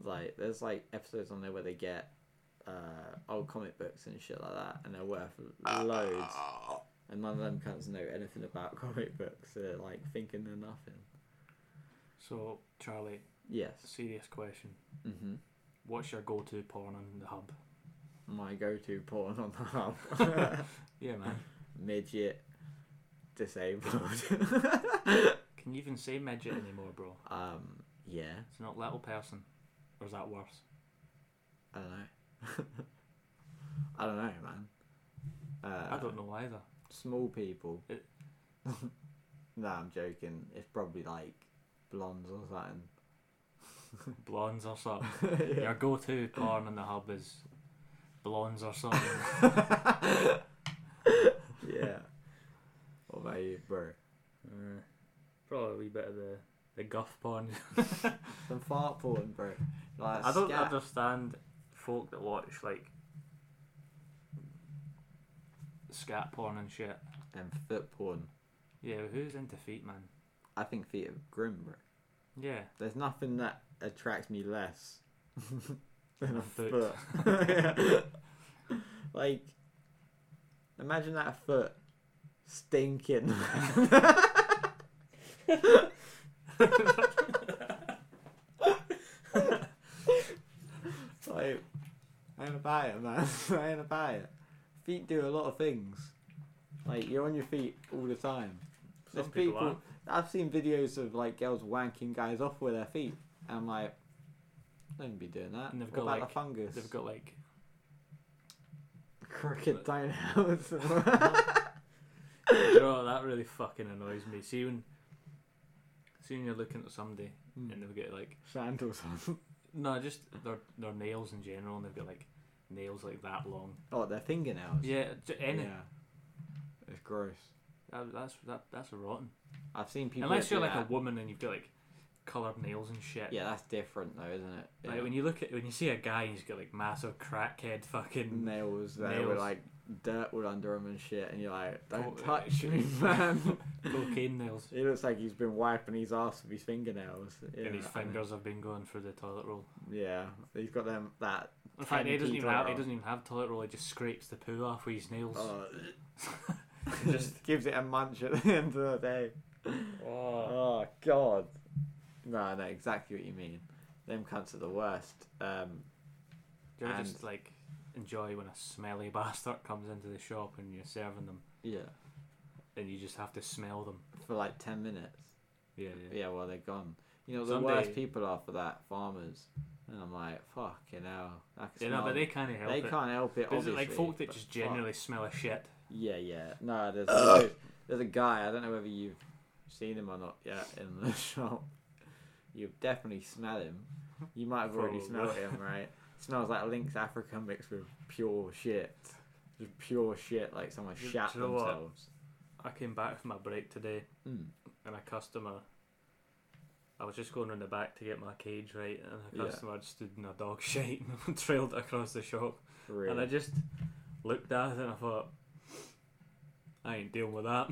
Speaker 1: Like, there's like episodes on there where they get uh, old comic books and shit like that, and they're worth loads. And none of them cunts know anything about comic books. They're like thinking they're nothing.
Speaker 2: So Charlie,
Speaker 1: Yes.
Speaker 2: serious question.
Speaker 1: hmm
Speaker 2: What's your go to porn on the hub?
Speaker 1: My go-to porn on the hub:
Speaker 2: Yeah man.
Speaker 1: midget, disabled.
Speaker 2: Can you even say midget anymore, bro?
Speaker 1: um, yeah.
Speaker 2: It's not little person. Or is that worse?
Speaker 1: I don't know. I don't know, man. Uh,
Speaker 2: I don't know either.
Speaker 1: small people.
Speaker 2: It-
Speaker 1: nah, I'm joking. It's probably like blondes or something. Uh.
Speaker 2: Blondes or something. Your go to porn on the hub is blondes or something.
Speaker 1: yeah. What about you, bro?
Speaker 2: Uh, probably a wee bit of the, the guff porn.
Speaker 1: Some fart porn, bro. Like
Speaker 2: I don't
Speaker 1: scat.
Speaker 2: understand folk that watch like scat porn and shit.
Speaker 1: and foot porn.
Speaker 2: Yeah, who's into feet, man?
Speaker 1: I think feet are grim, bro.
Speaker 2: Yeah,
Speaker 1: There's nothing that attracts me less than a
Speaker 2: Than foot.
Speaker 1: foot. Yeah. like, imagine that foot stinking. like, I ain't about it, man. I ain't about it. Feet do a lot of things. Like, you're on your feet all the time.
Speaker 2: some
Speaker 1: There's
Speaker 2: people,
Speaker 1: people-
Speaker 2: are.
Speaker 1: I've seen videos of like girls wanking guys off with their feet. And I'm like, don't be doing that.
Speaker 2: And they've
Speaker 1: what
Speaker 2: got,
Speaker 1: about
Speaker 2: like-
Speaker 1: the fungus?
Speaker 2: They've got like
Speaker 1: crooked toenails.
Speaker 2: you know that really fucking annoys me. See when, see when you're looking at somebody
Speaker 1: Hmm.
Speaker 2: and they've got like
Speaker 1: Sandals on.
Speaker 2: no, just their their nails in general, and they've got like nails like that long.
Speaker 1: Oh, their fingernails.
Speaker 2: Yeah, j- any
Speaker 1: Yeah. It's gross.
Speaker 2: that, that's that, that's rotten.
Speaker 1: I've seen people.
Speaker 2: Unless
Speaker 1: that
Speaker 2: you're
Speaker 1: do
Speaker 2: like
Speaker 1: that.
Speaker 2: a woman and you've got like coloured nails and shit.
Speaker 1: Yeah, that's different though, isn't it? Yeah.
Speaker 2: Like when you look at when you see a guy and he's got like massive crackhead fucking
Speaker 1: nails there with
Speaker 2: Nails. Oh,
Speaker 1: like dirt all under them and shit, and you're like, don't
Speaker 2: Co-
Speaker 1: touch me, man.
Speaker 2: cocaine nails
Speaker 1: It looks like he's been wiping his ass with his fingernails. Yeah,
Speaker 2: and his
Speaker 1: I mean,
Speaker 2: fingers have been going through the toilet roll.
Speaker 1: Yeah, he's got them that.
Speaker 2: In fact, he
Speaker 1: Tiny
Speaker 2: doesn't even have he
Speaker 1: drawer.
Speaker 2: doesn't even have toilet roll. He just scrapes the poo off with his nails.
Speaker 1: Uh,
Speaker 2: just
Speaker 1: just gives it a munch at the end of the day. Oh God! No, I know exactly what you mean. Them cunts are the worst. Um,
Speaker 2: Do you ever just
Speaker 1: And-
Speaker 2: like enjoy when a smelly bastard comes into the shop and you're serving them
Speaker 1: yeah,
Speaker 2: and you just have to smell them?
Speaker 1: for like ten minutes.
Speaker 2: Yeah,
Speaker 1: Yeah, well they're gone. You know the
Speaker 2: Someday-
Speaker 1: worst people are for that farmers. And I'm like, fuck, you know, I can
Speaker 2: You know,
Speaker 1: smell
Speaker 2: but
Speaker 1: them.
Speaker 2: they can't help
Speaker 1: they
Speaker 2: it.
Speaker 1: can't help it.
Speaker 2: There's like
Speaker 1: obviously,
Speaker 2: folk that
Speaker 1: but
Speaker 2: just
Speaker 1: fuck.
Speaker 2: generally smell a shit.
Speaker 1: Yeah, yeah. No, there's a, there's a guy. I don't know whether you've seen him or not yet in the shop. You definitely smell him. You might have already smelled
Speaker 2: Probably.
Speaker 1: him, right? smells like Lynx Africa mixed with pure shit. Just pure shit, like someone
Speaker 2: Do you-
Speaker 1: shat
Speaker 2: do you know what?
Speaker 1: themselves.
Speaker 2: I came back from my break today
Speaker 1: Mm.
Speaker 2: and a customer. I was just going in the back to get my cage right, and a
Speaker 1: Yeah.
Speaker 2: customer had stood in a dog shite and trailed it across the shop.
Speaker 1: Really.
Speaker 2: And I just looked at it and I thought, I ain't dealing with that.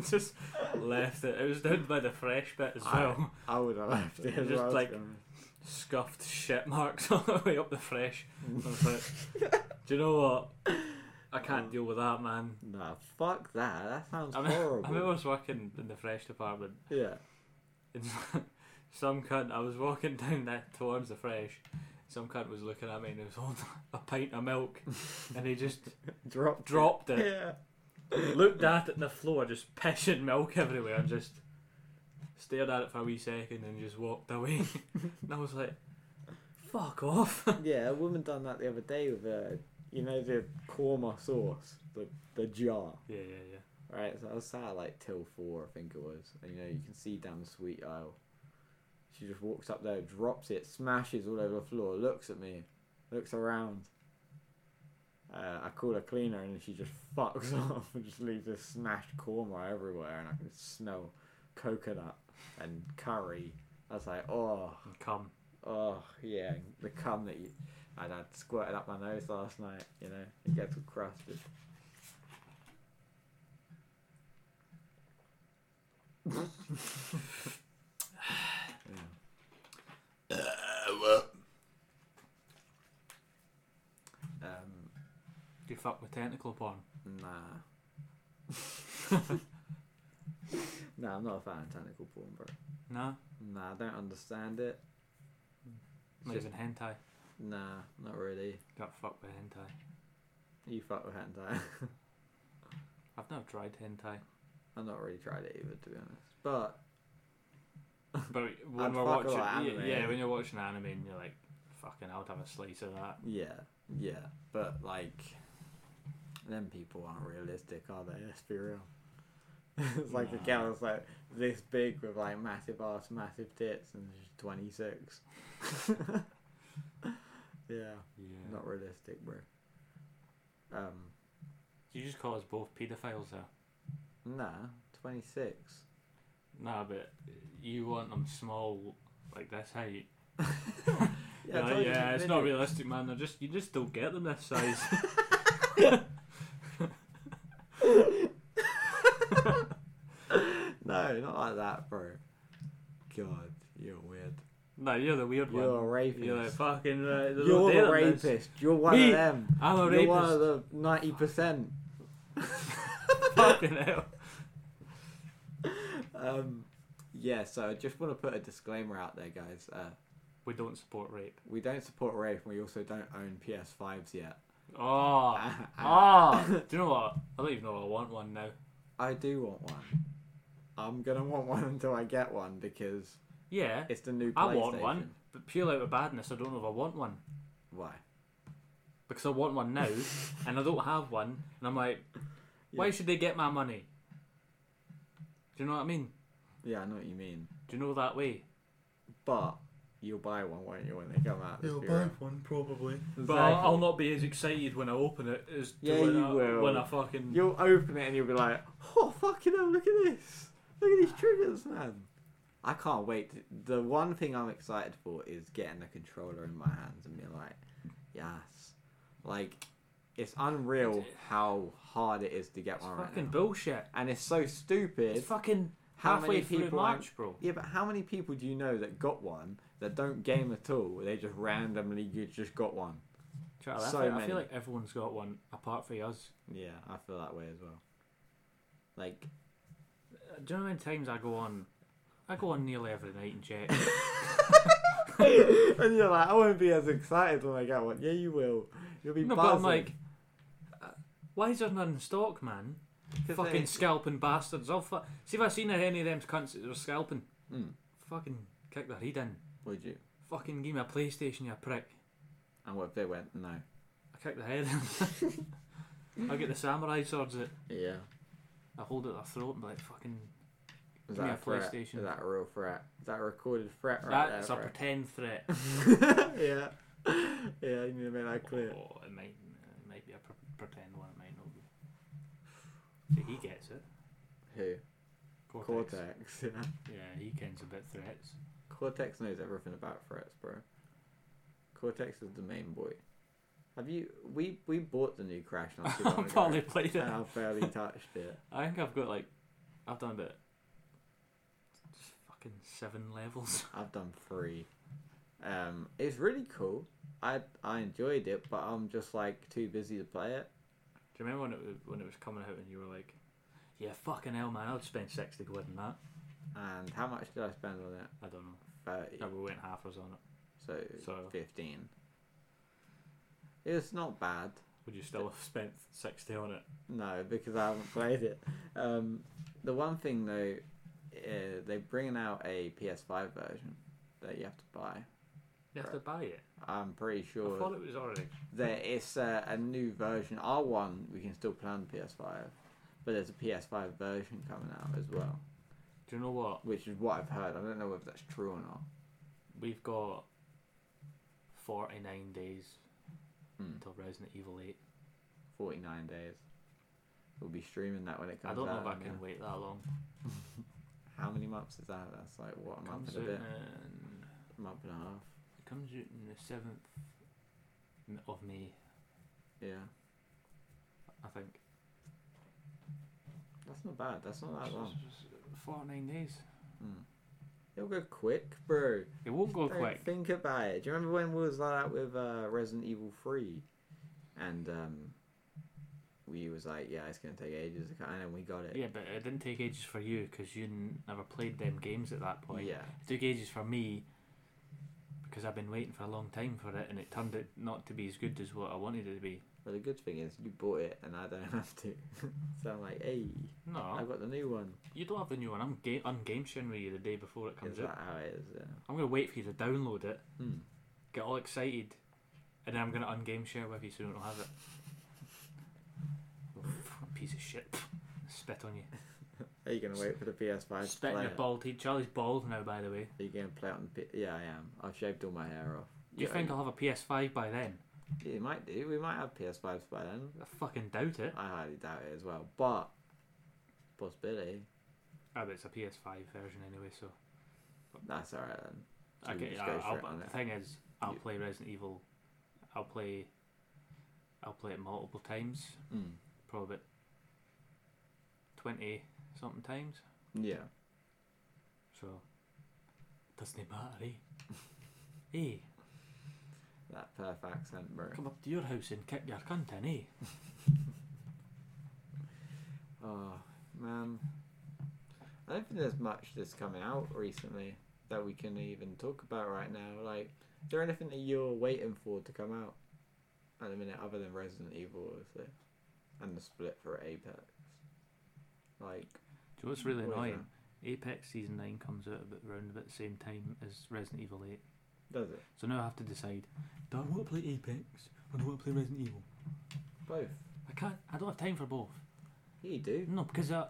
Speaker 2: just left it. It was down by the fresh bit as
Speaker 1: I-
Speaker 2: well.
Speaker 1: I would have left it. as
Speaker 2: Just
Speaker 1: well, to
Speaker 2: like-
Speaker 1: be honest.
Speaker 2: Scuffed shit marks all the way up the fresh. I was like, Do you know what? I can't deal with that, man.
Speaker 1: Nah, fuck that. That Mm. sounds
Speaker 2: I, mean,
Speaker 1: horrible.
Speaker 2: I remember I was working in the fresh department
Speaker 1: Yeah.
Speaker 2: and some cunt, I was walking down that towards the fresh. Some cunt was looking at me and he was holding a pint of milk and he just
Speaker 1: Drop.
Speaker 2: dropped it.
Speaker 1: Yeah.
Speaker 2: looked at it on the floor, just pissing milk everywhere, and just stared at it for a wee second and just walked away. and I was like, fuck off.
Speaker 1: Yeah, a woman done that the other day with a, you know, the korma sauce, the the jar,
Speaker 2: Yeah, yeah, yeah.
Speaker 1: right? So I was sat at like till four, I think it was, and you know you can see down the sweet aisle. She just walks up there, drops it, smashes all over the floor, looks at me, looks around, Uh, I call her cleaner and she just fucks off and just leaves this smashed korma everywhere, and I can smell coconut and curry. I was like, oh,
Speaker 2: and come.
Speaker 1: oh, yeah, the cum that you, I'd had squirted up my nose last night, you know, it gets all crusted. Um,
Speaker 2: Do you fuck with tentacle porn?
Speaker 1: Nah. nah, I'm not a fan of tentacle porn, bro.
Speaker 2: No,
Speaker 1: Nah, I don't understand it.
Speaker 2: not
Speaker 1: Just-
Speaker 2: even hentai.
Speaker 1: Nah, not really.
Speaker 2: Don't fuck with hentai.
Speaker 1: You fuck with hentai.
Speaker 2: I've never tried hentai.
Speaker 1: I've not really tried it either, to be honest. But
Speaker 2: But when
Speaker 1: I'd
Speaker 2: we're
Speaker 1: fuck
Speaker 2: watching,
Speaker 1: a lot of
Speaker 2: yeah,
Speaker 1: anime.
Speaker 2: yeah, when you're watching anime, and you're like, fucking, I would have a slice of that.
Speaker 1: yeah, yeah. But like, them people aren't realistic, are they? Let's be real. it's like a
Speaker 2: Nah.
Speaker 1: girl that's like this big with like massive ass, massive tits, and she's 26. yeah.
Speaker 2: Yeah.
Speaker 1: Not realistic, bro. Um,
Speaker 2: You just call us both paedophiles there.
Speaker 1: nah, 26.
Speaker 2: No, but you want them small, like this height.
Speaker 1: I
Speaker 2: Yeah,
Speaker 1: told you
Speaker 2: yeah
Speaker 1: that
Speaker 2: it's not
Speaker 1: video.
Speaker 2: realistic, man. They're just you just don't get them this size.
Speaker 1: No, not like that, bro. God, you're weird.
Speaker 2: no, you're the weird
Speaker 1: You're
Speaker 2: one.
Speaker 1: a rapist.
Speaker 2: You're like fucking. Uh, there's no
Speaker 1: You're
Speaker 2: date
Speaker 1: the
Speaker 2: on this.
Speaker 1: rapist. You're one
Speaker 2: Me?
Speaker 1: of them.
Speaker 2: I'm a
Speaker 1: you're
Speaker 2: rapist.
Speaker 1: one of the 90%.
Speaker 2: fucking hell.
Speaker 1: Um, yeah, so I just want to put a disclaimer out there, guys. Uh,
Speaker 2: We don't support rape.
Speaker 1: we don't support rape and we also don't own PS5s yet.
Speaker 2: Oh,
Speaker 1: Ah,
Speaker 2: oh. Do you know what? I don't even know if I want one now.
Speaker 1: I do want one. I'm gonna want one until I get one because
Speaker 2: Yeah,
Speaker 1: it's the new PlayStation.
Speaker 2: I want one, but pure out of badness, I don't know if I want one
Speaker 1: Why?
Speaker 2: because I want one now, and I don't have one, and I'm like, why
Speaker 1: Yeah.
Speaker 2: should they get my money? Do you know what I mean?
Speaker 1: Yeah, I know what you mean.
Speaker 2: Do you know that way?
Speaker 1: But you'll buy one, won't you, when they come out? let's be real.
Speaker 3: one probably.
Speaker 2: But I'll, I'll not be as excited when I open it as to
Speaker 1: Yeah,
Speaker 2: when,
Speaker 1: you
Speaker 2: I,
Speaker 1: will.
Speaker 2: when I fucking.
Speaker 1: You'll open it and you'll be like, "Oh fucking hell! Look at this! Look at these triggers, man!" I can't wait. The one thing I'm excited for is getting the controller in my hands and being like, "Yes!" Like, it's unreal how hard it is to get
Speaker 2: It's
Speaker 1: one right
Speaker 2: fucking
Speaker 1: now,
Speaker 2: bullshit.
Speaker 1: and it's so stupid.
Speaker 2: It's fucking
Speaker 1: how
Speaker 2: halfway
Speaker 1: many
Speaker 2: through
Speaker 1: people aren't-
Speaker 2: March, bro.
Speaker 1: Yeah, but how many people do you know that got one that don't game at all? They just randomly you just got one.
Speaker 2: Charlie, I,
Speaker 1: So
Speaker 2: feel, I
Speaker 1: many.
Speaker 2: feel like everyone's got one apart from us.
Speaker 1: Yeah, I feel that way as well. Like,
Speaker 2: Uh, Do you know how many times I go on? I go on nearly every night and check.
Speaker 1: and you're like, I won't be as excited when I get one. Yeah, you will. You'll be
Speaker 2: no, but I'm
Speaker 1: buzzing.
Speaker 2: like, uh, why is there none in stock, man?
Speaker 1: 'Cause
Speaker 2: Fucking
Speaker 1: they-
Speaker 2: scalping bastards. I'll fu- see if I seen any of them cunts that were scalping.
Speaker 1: Mm.
Speaker 2: Fucking kick their head in.
Speaker 1: would you?
Speaker 2: Fucking give me a PlayStation, you prick.
Speaker 1: And what if they went no?
Speaker 2: I kick the head in. I get the samurai swords out.
Speaker 1: Yeah.
Speaker 2: I hold it at their throat and be like, fucking.
Speaker 1: Is
Speaker 2: Give me
Speaker 1: that a
Speaker 2: a
Speaker 1: threat? Is
Speaker 2: PlayStation.
Speaker 1: that a real threat? Is that a recorded threat right
Speaker 2: That's a
Speaker 1: there?
Speaker 2: pretend threat.
Speaker 1: bro? yeah. Yeah, you need to make that clear.
Speaker 2: Oh, it might, it might be a pr- pretend one. It might not be. See, he gets it.
Speaker 1: Who?
Speaker 2: Cortex.
Speaker 1: Cortex. Yeah.
Speaker 2: Yeah, he kens about threats.
Speaker 1: Cortex knows everything about threats, bro. Cortex is the main boy. Have you? We we bought the new Crash not too long
Speaker 2: I've
Speaker 1: ago, Um,
Speaker 2: only played it.
Speaker 1: and I barely touched it.
Speaker 2: I think I've got like, I've done about just fucking seven levels.
Speaker 1: I've done three. Um, it's really cool. I I enjoyed it, but I'm just like too busy to play it.
Speaker 2: Do you remember when it was, when it was coming out and you were like, yeah, fucking hell, man, I'd spend sixty quid on that.
Speaker 1: And how much did I spend on it?
Speaker 2: I don't know.
Speaker 1: Thirty.
Speaker 2: No, we went halfers on it.
Speaker 1: So,
Speaker 2: So-
Speaker 1: fifteen. It's not bad.
Speaker 2: Would you still have spent sixty on it?
Speaker 1: No, because I haven't played it. Um, the one thing though, uh, they're bringing out a PS5 version that you have to buy.
Speaker 2: You have to buy it.
Speaker 1: I'm pretty
Speaker 2: I thought
Speaker 1: sure
Speaker 2: it was already.
Speaker 1: that it's uh, a new version. Our one we can still play on the PS5, but there's a PS5 version coming out as well,
Speaker 2: Do you know what?
Speaker 1: which is what I've heard. I don't know if that's true or not.
Speaker 2: We've got forty nine days
Speaker 1: Hmm.
Speaker 2: until Resident Evil Eight.
Speaker 1: 49 days. We'll be streaming that when it comes
Speaker 2: I don't know
Speaker 1: out.
Speaker 2: if I
Speaker 1: mean,
Speaker 2: can wait that long.
Speaker 1: How many months is that? That's like, what, a month and
Speaker 2: comes
Speaker 1: a
Speaker 2: out
Speaker 1: bit?
Speaker 2: in-
Speaker 1: A month and a half.
Speaker 2: it comes out in the seventh of May,
Speaker 1: Yeah.
Speaker 2: I think.
Speaker 1: That's not bad. That's not that long.
Speaker 2: Forty-nine days.
Speaker 1: Mm. It'll go quick, bro.
Speaker 2: It won't go
Speaker 1: Don't
Speaker 2: quick.
Speaker 1: Think about it. Do you remember when we was like that with uh, Resident Evil Three, and um, we was like, yeah, it's gonna take ages, to cut," and then we got it.
Speaker 2: Yeah, but it didn't take ages for you because you n- never played them games at that point.
Speaker 1: Yeah.
Speaker 2: It took ages for me because I've been waiting for a long time for it, and it turned out not to be as good as what I wanted it to be.
Speaker 1: Well, the good thing is you bought it, and I don't have to. so I'm like, hey,
Speaker 2: No,
Speaker 1: I got the new one.
Speaker 2: you don't have the new one. I'm ga- I'm game sharing with you the day before it
Speaker 1: Is
Speaker 2: comes out.
Speaker 1: that how it is? Yeah.
Speaker 2: I'm gonna wait for you to download it,
Speaker 1: Hmm.
Speaker 2: get all excited, and then I'm gonna ungame share with you so you don't have it. Oh, Piece of shit. Spit on you.
Speaker 1: Are you gonna wait for the PS5? to
Speaker 2: Spit in
Speaker 1: play
Speaker 2: the
Speaker 1: it?
Speaker 2: bald head. Charlie's bald now, by the way.
Speaker 1: Are you gonna play it on the? P- yeah, I am. I've shaved all my hair off.
Speaker 2: Do you
Speaker 1: Yeah,
Speaker 2: think I'll have a PS5 by then?
Speaker 1: yeah, you might do. We might have PS5s by then.
Speaker 2: I fucking doubt it.
Speaker 1: I highly doubt it as well, but possibility.
Speaker 2: Ah, but it's a PS5 version anyway, so.
Speaker 1: That's alright then. So we
Speaker 2: okay,
Speaker 1: just
Speaker 2: I,
Speaker 1: go
Speaker 2: I'll,
Speaker 1: straight on
Speaker 2: the
Speaker 1: it.
Speaker 2: thing is, I'll
Speaker 1: Yeah.
Speaker 2: play Resident Evil. I'll play. I'll play it multiple times,
Speaker 1: Mm.
Speaker 2: probably about twenty something times.
Speaker 1: Yeah.
Speaker 2: So doesn't it matter, eh? eh?
Speaker 1: That Perth accent, bro.
Speaker 2: Come up to your house and kick your cunt in, eh?
Speaker 1: Oh, man. I don't think there's much that's coming out recently that we can even talk about right now. Like, is there anything that you're waiting for to come out at the minute other than Resident Evil, obviously? And the split for Apex. Like,
Speaker 2: Do you know what's really
Speaker 1: what is
Speaker 2: annoying? Apex Season 9 comes out about, around about the same time as Resident Evil 8.
Speaker 1: that? does it?
Speaker 2: So now I have to decide do I want to play Apex or do I want to play Resident Evil?
Speaker 1: Both.
Speaker 2: I can't, I don't have time for both.
Speaker 1: Yeah, you do.
Speaker 2: No, because I,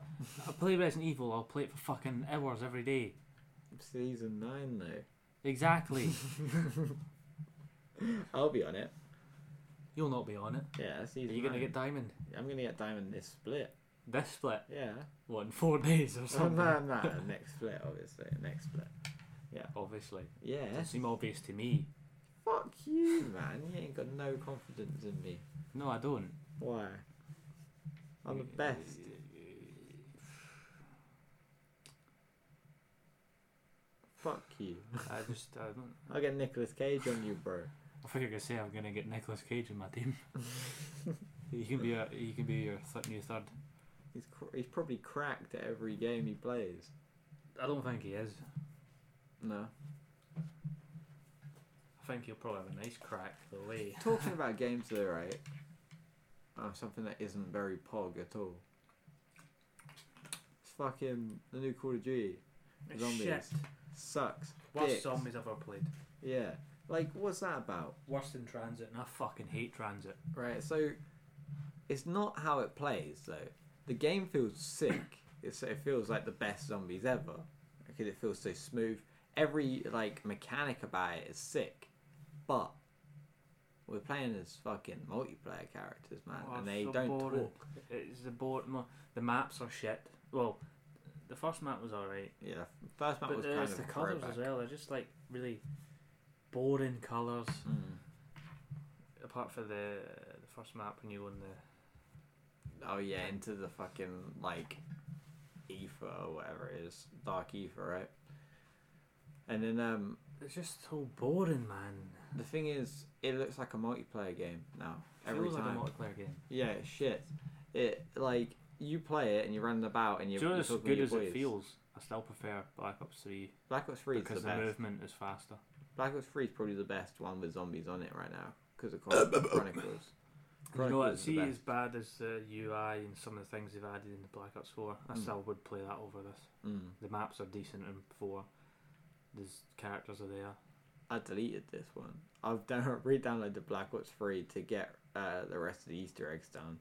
Speaker 2: I play Resident Evil, I'll play it for fucking hours every day.
Speaker 1: Season 9, though.
Speaker 2: Exactly.
Speaker 1: I'll be on it.
Speaker 2: You'll not be on it.
Speaker 1: Yeah,
Speaker 2: Are
Speaker 1: season
Speaker 2: you going to
Speaker 1: nine.
Speaker 2: get Diamond?
Speaker 1: I'm going to get Diamond this split.
Speaker 2: This split?
Speaker 1: Yeah.
Speaker 2: What, in four days or
Speaker 1: Oh,
Speaker 2: something?
Speaker 1: no, no, next split, obviously. Next split.
Speaker 2: Obviously. It
Speaker 1: Yeah.
Speaker 2: doesn't seem obvious to me.
Speaker 1: Fuck you, man. You ain't got no confidence in me.
Speaker 2: No, I don't.
Speaker 1: Why? I'm the best. Fuck you.
Speaker 2: I just, I don't.
Speaker 1: I'll get Nicolas Cage on you, bro.
Speaker 2: I thought you were gonna say I'm gonna get Nicolas Cage in my team. he can be a, he can be your th- new third.
Speaker 1: He's cr- he's probably cracked at every game he plays.
Speaker 2: I don't think he is.
Speaker 1: No.
Speaker 2: I think he'll probably have a nice crack the way.
Speaker 1: Talking about games though, right? Oh, something that isn't very pog at all. It's fucking the new Call of Duty. Zombies. Sucks. Dicks.
Speaker 2: I've ever played.
Speaker 1: Yeah. Like, what's that about?
Speaker 2: Worse than Transit, and I fucking hate Transit.
Speaker 1: Right, so it's not how it plays though. The game feels sick. It's, it feels like the best zombies ever because it feels so smooth. Every like mechanic about it is sick, but we're playing as fucking multiplayer characters, man,
Speaker 2: Oh,
Speaker 1: and
Speaker 2: it's
Speaker 1: they
Speaker 2: so
Speaker 1: don't
Speaker 2: boring.
Speaker 1: talk.
Speaker 2: It's the board. mo- The maps are shit. Well, the first map was alright,
Speaker 1: Yeah, the first map
Speaker 2: but
Speaker 1: was
Speaker 2: there's
Speaker 1: kind of
Speaker 2: the
Speaker 1: a
Speaker 2: colours
Speaker 1: throwback.
Speaker 2: as well. They're just like really boring colours.
Speaker 1: Mm.
Speaker 2: Apart from the the first map when you won the
Speaker 1: Oh yeah, into the fucking like ether or whatever it is, dark ether, right? And then um,
Speaker 2: It's just so boring, man.
Speaker 1: The thing is, it looks like a multiplayer game now.
Speaker 2: It
Speaker 1: Every
Speaker 2: feels
Speaker 1: time.
Speaker 2: like a multiplayer game.
Speaker 1: yeah, shit. It like you play it and you're running about and
Speaker 2: Do
Speaker 1: you're,
Speaker 2: you know
Speaker 1: you're
Speaker 2: as
Speaker 1: talking
Speaker 2: good
Speaker 1: to
Speaker 2: as
Speaker 1: your
Speaker 2: it
Speaker 1: boys.
Speaker 2: feels? I still prefer Black Ops 3
Speaker 1: Black Ops Three is the
Speaker 2: because
Speaker 1: best.
Speaker 2: the, movement is faster.
Speaker 1: Black Ops Three is probably the best one with zombies on it right now because of Chron- Chronicles.
Speaker 2: you know
Speaker 1: Chronicles
Speaker 2: what?
Speaker 1: is the
Speaker 2: See, as
Speaker 1: best.
Speaker 2: bad as the UI and some of the things they've added in the Black Ops 4, I
Speaker 1: Mm.
Speaker 2: still would play that over this.
Speaker 1: Mm.
Speaker 2: The maps are decent in 4. There's characters are there.
Speaker 1: I deleted this one. I've down- re-downloaded Black Ops 3 to get uh, the rest of the Easter eggs done.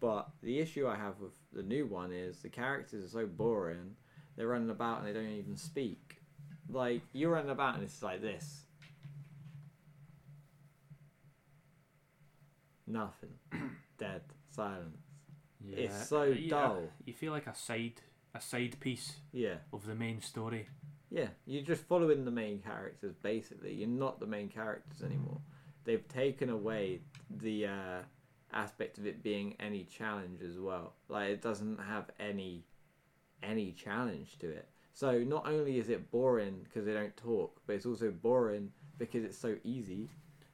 Speaker 1: But the issue I have with the new one is the characters are so boring. They're running about and they don't even speak. Like you're running about and it's like this. Nothing. Dead silence.
Speaker 2: Yeah.
Speaker 1: It's so
Speaker 2: Yeah,
Speaker 1: dull.
Speaker 2: You feel like a side a side piece
Speaker 1: Yeah.
Speaker 2: of the main story.
Speaker 1: Yeah, you're just following the main characters basically. You're not the main characters anymore. They've taken away the uh, aspect of it being any challenge as well. Like it doesn't have any any challenge to it. So not only is it boring because they don't talk, but it's also boring because it's so easy.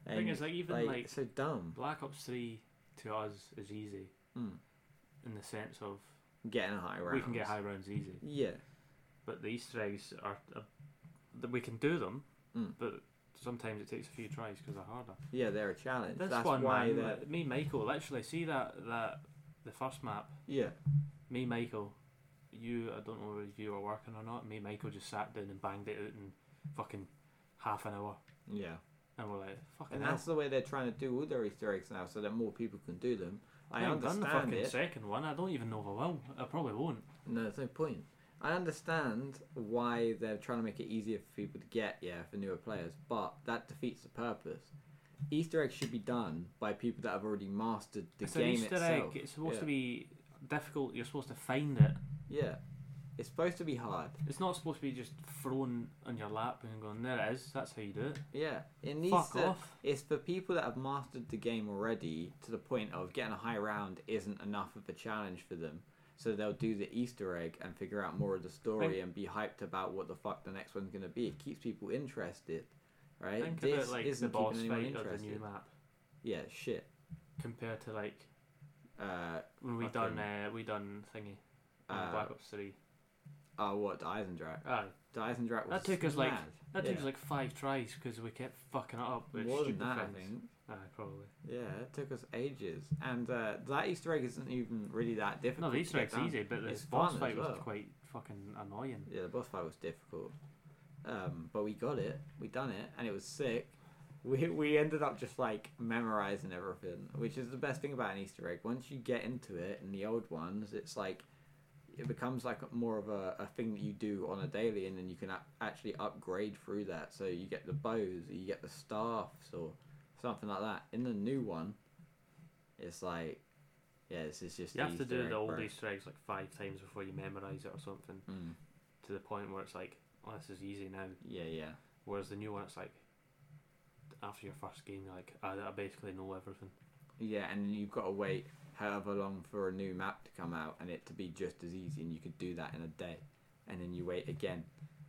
Speaker 2: I think it's like even like,
Speaker 1: it's so dumb
Speaker 2: Black Ops Three to us is easy
Speaker 1: Mm.
Speaker 2: in the sense of
Speaker 1: getting high rounds.
Speaker 2: we can get high rounds easy,
Speaker 1: Yeah,
Speaker 2: but the Easter eggs are uh, that we can do them,
Speaker 1: Mm.
Speaker 2: but sometimes it takes a few tries because they're harder.
Speaker 1: yeah, they're a challenge.
Speaker 2: This
Speaker 1: That's
Speaker 2: one,
Speaker 1: why
Speaker 2: man,
Speaker 1: they're
Speaker 2: me Michael literally see that that the first map.
Speaker 1: yeah.
Speaker 2: Me Michael, you I don't know if you were working or not. Me Michael just sat down and banged it out in fucking half an hour,
Speaker 1: Yeah.
Speaker 2: and we're like, fucking
Speaker 1: And
Speaker 2: hell.
Speaker 1: that's the way they're trying to do all their Easter eggs now, so that more people can do them. I
Speaker 2: haven't done the
Speaker 1: understand
Speaker 2: fucking
Speaker 1: it.
Speaker 2: second one. I don't even know if I will. I probably won't.
Speaker 1: No, there's no point. I understand why they're trying to make it easier for people to get, yeah, for newer players, but that defeats the purpose. Easter eggs should be done by people that have already mastered the
Speaker 2: it's
Speaker 1: game
Speaker 2: an Easter
Speaker 1: itself.
Speaker 2: egg. It's supposed
Speaker 1: Yeah.
Speaker 2: to be difficult. You're supposed to find it.
Speaker 1: Yeah, it's supposed to be hard.
Speaker 2: It's not supposed to be just thrown on your lap and going, there it is. That's how you do it.
Speaker 1: Yeah, it needs
Speaker 2: Fuck
Speaker 1: to.
Speaker 2: off.
Speaker 1: It's for people that have mastered the game already to the point of getting a high round isn't enough of a challenge for them. So they'll do the Easter egg and figure out more of the story
Speaker 2: Think-
Speaker 1: and be hyped about what the fuck the next one's going to be. It keeps people interested, right?
Speaker 2: Think
Speaker 1: this
Speaker 2: about like the
Speaker 1: isn't
Speaker 2: boss
Speaker 1: keeping anyone
Speaker 2: fight of the
Speaker 1: interested.
Speaker 2: new map
Speaker 1: yeah, shit.
Speaker 2: compared to like
Speaker 1: Uh,
Speaker 2: when we
Speaker 1: Fucking-
Speaker 2: done uh, we done thingy on
Speaker 1: uh,
Speaker 2: Black Ops Three.
Speaker 1: oh, what? The Eisendrach.
Speaker 2: Aye,
Speaker 1: The Eisendrach was
Speaker 2: That took us, like,
Speaker 1: mad.
Speaker 2: that took
Speaker 1: Yeah.
Speaker 2: us like five tries because we kept fucking it up. With
Speaker 1: More than
Speaker 2: stupid
Speaker 1: that, I
Speaker 2: things.
Speaker 1: think.
Speaker 2: Aye, probably.
Speaker 1: Yeah, it took us ages. And uh, that Easter egg isn't even really that difficult.
Speaker 2: No, the
Speaker 1: to
Speaker 2: Easter
Speaker 1: get
Speaker 2: egg's
Speaker 1: done.
Speaker 2: easy, but the
Speaker 1: It's
Speaker 2: boss
Speaker 1: fun as
Speaker 2: fight
Speaker 1: well.
Speaker 2: was quite fucking annoying.
Speaker 1: Yeah, the boss fight was difficult, um, but we got it. We done it, and it was sick. We we ended up just like memorizing everything, which is the best thing about an Easter egg. Once you get into it in the old ones, it's like it becomes like more of a, a thing that you do on a daily, and then you can a- actually upgrade through that. So you get the bows, or you get the staffs, or something like that. In the new one, it's like yeah, this is just
Speaker 2: You have to
Speaker 1: Easter
Speaker 2: do
Speaker 1: egg,
Speaker 2: the old
Speaker 1: bro.
Speaker 2: Easter eggs like five times before you memorize it or something
Speaker 1: Mm,
Speaker 2: to the point where it's like, oh, this is easy now.
Speaker 1: yeah, yeah.
Speaker 2: Whereas the new one, it's like after your first game, you're like, I, I basically know everything.
Speaker 1: Yeah, and you've got to wait however long for a new map to come out and it to be just as easy, and you could do that in a day. And then you wait again,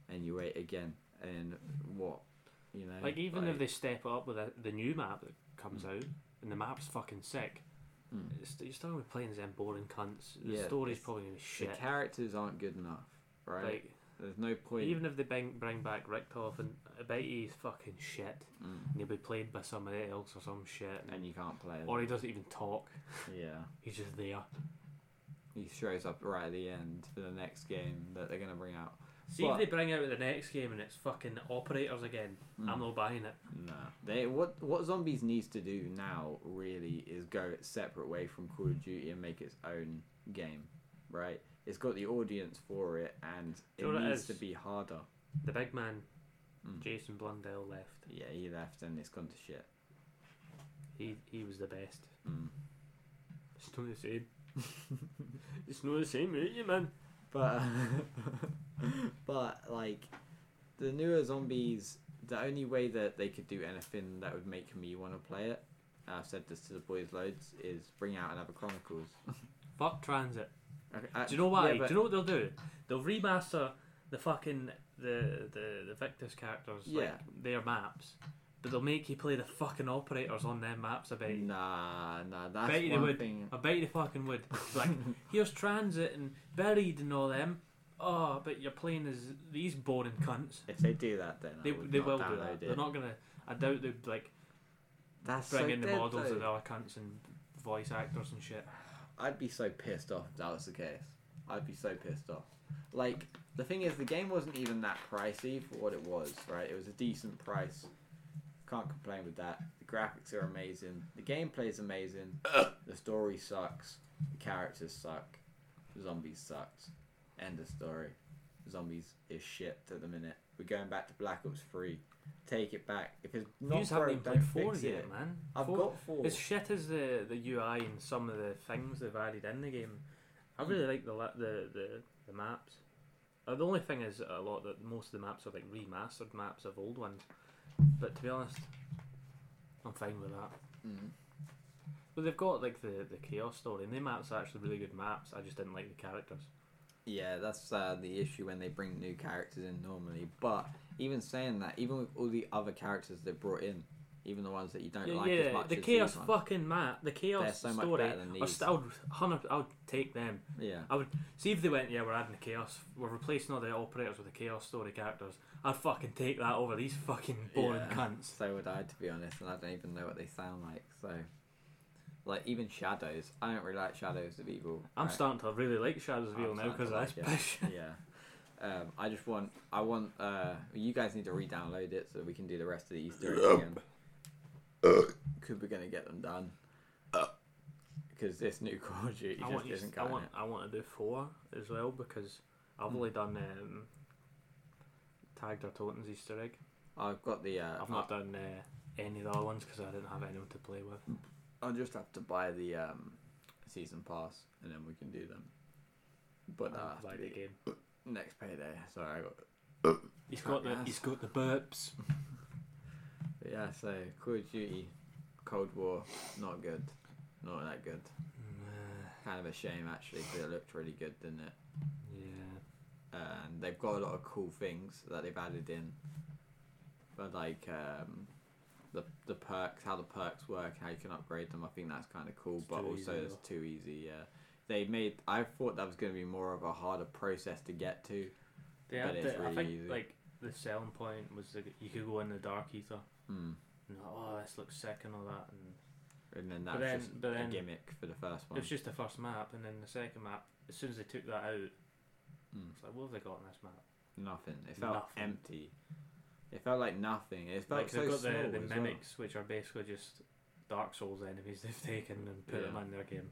Speaker 1: and you wait again, and what, you know?
Speaker 2: Like even if they step up with the, the new map that
Speaker 1: Hmm.
Speaker 2: comes out, and the map's fucking sick,
Speaker 1: Mm.
Speaker 2: it's, you're still gonna be playing them boring cunts. The
Speaker 1: Yeah,
Speaker 2: story's
Speaker 1: it's-
Speaker 2: probably gonna be
Speaker 1: the
Speaker 2: shit.
Speaker 1: characters aren't good enough, right?
Speaker 2: Like
Speaker 1: There's no point.
Speaker 2: even if they bring bring back Richtoff and I bet he's fucking shit,
Speaker 1: Mm.
Speaker 2: and he'll be played by somebody else or some shit,
Speaker 1: and you can't play.
Speaker 2: or he doesn't even talk.
Speaker 1: them. Yeah,
Speaker 2: He's just there.
Speaker 1: he shows up right at the end for the next game that they're gonna bring out.
Speaker 2: See
Speaker 1: But-
Speaker 2: if they bring out the next game and it's fucking operators again. I'm
Speaker 1: Mm.
Speaker 2: not buying it.
Speaker 1: No. They what what zombies needs to do now really is go its separate way from Call of Duty and make its own game, right? It's got the audience for it, and it
Speaker 2: Do you know what it
Speaker 1: needs
Speaker 2: is?
Speaker 1: to be harder.
Speaker 2: The big man,
Speaker 1: Mm.
Speaker 2: Jason Blundell, left.
Speaker 1: Yeah, he left, and it's gone to shit.
Speaker 2: He he was the best.
Speaker 1: Mm.
Speaker 2: It's not the same. it's not the same, ain't you, man?
Speaker 1: But but like the newer zombies, the only way that they could do anything that would make me want to play it, and I've said this to the boys loads, is bring out another Chronicles.
Speaker 2: Fuck transit.
Speaker 1: Okay, I-
Speaker 2: Do you know why?
Speaker 1: Uh, yeah, but-
Speaker 2: Do you know what they'll do? They'll remaster the fucking the the, the Victus characters,
Speaker 1: Yeah.
Speaker 2: like their maps, but they'll make you play the fucking operators on their maps. I bet. you.
Speaker 1: Nah, nah, that's
Speaker 2: Bet you they
Speaker 1: one
Speaker 2: would.
Speaker 1: thing.
Speaker 2: I bet you they fucking would. like, here's transit and buried and all them. Oh, but you're playing as these boring cunts.
Speaker 1: If they do that, then
Speaker 2: They,
Speaker 1: I would
Speaker 2: they
Speaker 1: not
Speaker 2: will do
Speaker 1: download
Speaker 2: that. They're
Speaker 1: It.
Speaker 2: not gonna. I doubt they'd like
Speaker 1: That's
Speaker 2: bring
Speaker 1: so
Speaker 2: in the
Speaker 1: dead,
Speaker 2: models
Speaker 1: though.
Speaker 2: of the other cunts and voice actors and shit.
Speaker 1: I'd be so pissed off if that was the case. I'd be so pissed off. Like the thing is, the game wasn't even that pricey for what it was, right? It was a decent price. Can't complain with that. The graphics are amazing. The gameplay's amazing. the story sucks. The characters suck. Zombies sucks. End of story. zombies is shit at the minute. We're going back to Black Ops Three. Take it back. If it's
Speaker 2: you
Speaker 1: not
Speaker 2: just haven't
Speaker 1: broke,
Speaker 2: even
Speaker 1: don't
Speaker 2: played
Speaker 1: fix
Speaker 2: four
Speaker 1: it.
Speaker 2: yet, man.
Speaker 1: I've
Speaker 2: Four-
Speaker 1: got four.
Speaker 2: As shit as the, the UI and some of the things they've added in the game, I really like the la- the the, the maps. Uh, the only thing is a lot that most of the maps are like remastered maps of old ones. But to be honest, I'm fine with that.
Speaker 1: Mm.
Speaker 2: But they've got like the, the chaos story, and the maps are actually really good maps. I just didn't like the characters.
Speaker 1: Yeah, that's uh, the issue when they bring new characters in normally. But even saying that, even with all the other characters they brought in, even the ones that you don't
Speaker 2: Yeah,
Speaker 1: like as much
Speaker 2: the
Speaker 1: as
Speaker 2: chaos
Speaker 1: these ones,
Speaker 2: fucking map, the chaos
Speaker 1: so much
Speaker 2: story.
Speaker 1: better than
Speaker 2: I'll,
Speaker 1: these.
Speaker 2: st- I'll, 100 I'll take them.
Speaker 1: yeah,
Speaker 2: I would see if they went, yeah, we're adding the chaos, we're replacing all the operators with the chaos story characters. I'd fucking take that over these fucking boring
Speaker 1: Yeah.
Speaker 2: cunts.
Speaker 1: so would I to be honest, and I don't even know what they sound like. So, like even shadows, I don't really like shadows of evil.
Speaker 2: I'm
Speaker 1: right?
Speaker 2: starting to really like Shadows of
Speaker 1: I'm
Speaker 2: Evil now
Speaker 1: starting
Speaker 2: because
Speaker 1: to
Speaker 2: of
Speaker 1: like
Speaker 2: this bitch.
Speaker 1: yeah. Um, I just want, I want. Uh, you guys need to re-download it so we can do the rest of the Easter eggs again. Could we're gonna get them done? Because this new Call of Duty
Speaker 2: I
Speaker 1: just
Speaker 2: want, you,
Speaker 1: isn't
Speaker 2: I
Speaker 1: cutting
Speaker 2: want,
Speaker 1: it.
Speaker 2: I want to do four as well because I've
Speaker 1: Hmm.
Speaker 2: only done um, tagged or Totems Easter egg.
Speaker 1: I've got the. Uh,
Speaker 2: I've not done uh, any of the other ones because I didn't have anyone to play with.
Speaker 1: I'll just have to buy the um, season pass, and then we can do them. But uh,
Speaker 2: I'll buy the game.
Speaker 1: next payday. Sorry, I got.
Speaker 2: He's got the
Speaker 1: Yes.
Speaker 2: he's got the burps.
Speaker 1: But yeah, so Call of Duty, Cold War, not good, not that good.
Speaker 2: Mm,
Speaker 1: Kind of a shame actually, 'cause it looked really good, didn't it?
Speaker 2: yeah,
Speaker 1: and they've got a lot of cool things that they've added in. But like um, the the perks, how the perks work, how you can upgrade them, I think that's kind of cool.
Speaker 2: It's
Speaker 1: but
Speaker 2: too
Speaker 1: also
Speaker 2: easy,
Speaker 1: it's too easy. Yeah, they made. I thought that was going to be more of a harder process to get to.
Speaker 2: they
Speaker 1: But
Speaker 2: had
Speaker 1: it's
Speaker 2: the,
Speaker 1: really
Speaker 2: I think
Speaker 1: easy.
Speaker 2: like the selling point was that you could go in the dark ether.
Speaker 1: Mm.
Speaker 2: and oh, this looks sick and all that. And
Speaker 1: And then
Speaker 2: But
Speaker 1: that's
Speaker 2: then-
Speaker 1: just
Speaker 2: but
Speaker 1: a
Speaker 2: then-
Speaker 1: gimmick for the first
Speaker 2: it
Speaker 1: one.
Speaker 2: was just the first map, and then the second map. As soon as they took that out,
Speaker 1: Mm.
Speaker 2: it's like, what have they got in this map?
Speaker 1: Nothing. It felt
Speaker 2: Nothing.
Speaker 1: empty. It felt like nothing. It felt
Speaker 2: Like
Speaker 1: so
Speaker 2: they've got
Speaker 1: small
Speaker 2: the,
Speaker 1: as
Speaker 2: the
Speaker 1: well.
Speaker 2: mimics, which are basically just Dark Souls enemies they've taken and put them
Speaker 1: Yeah.
Speaker 2: in their game.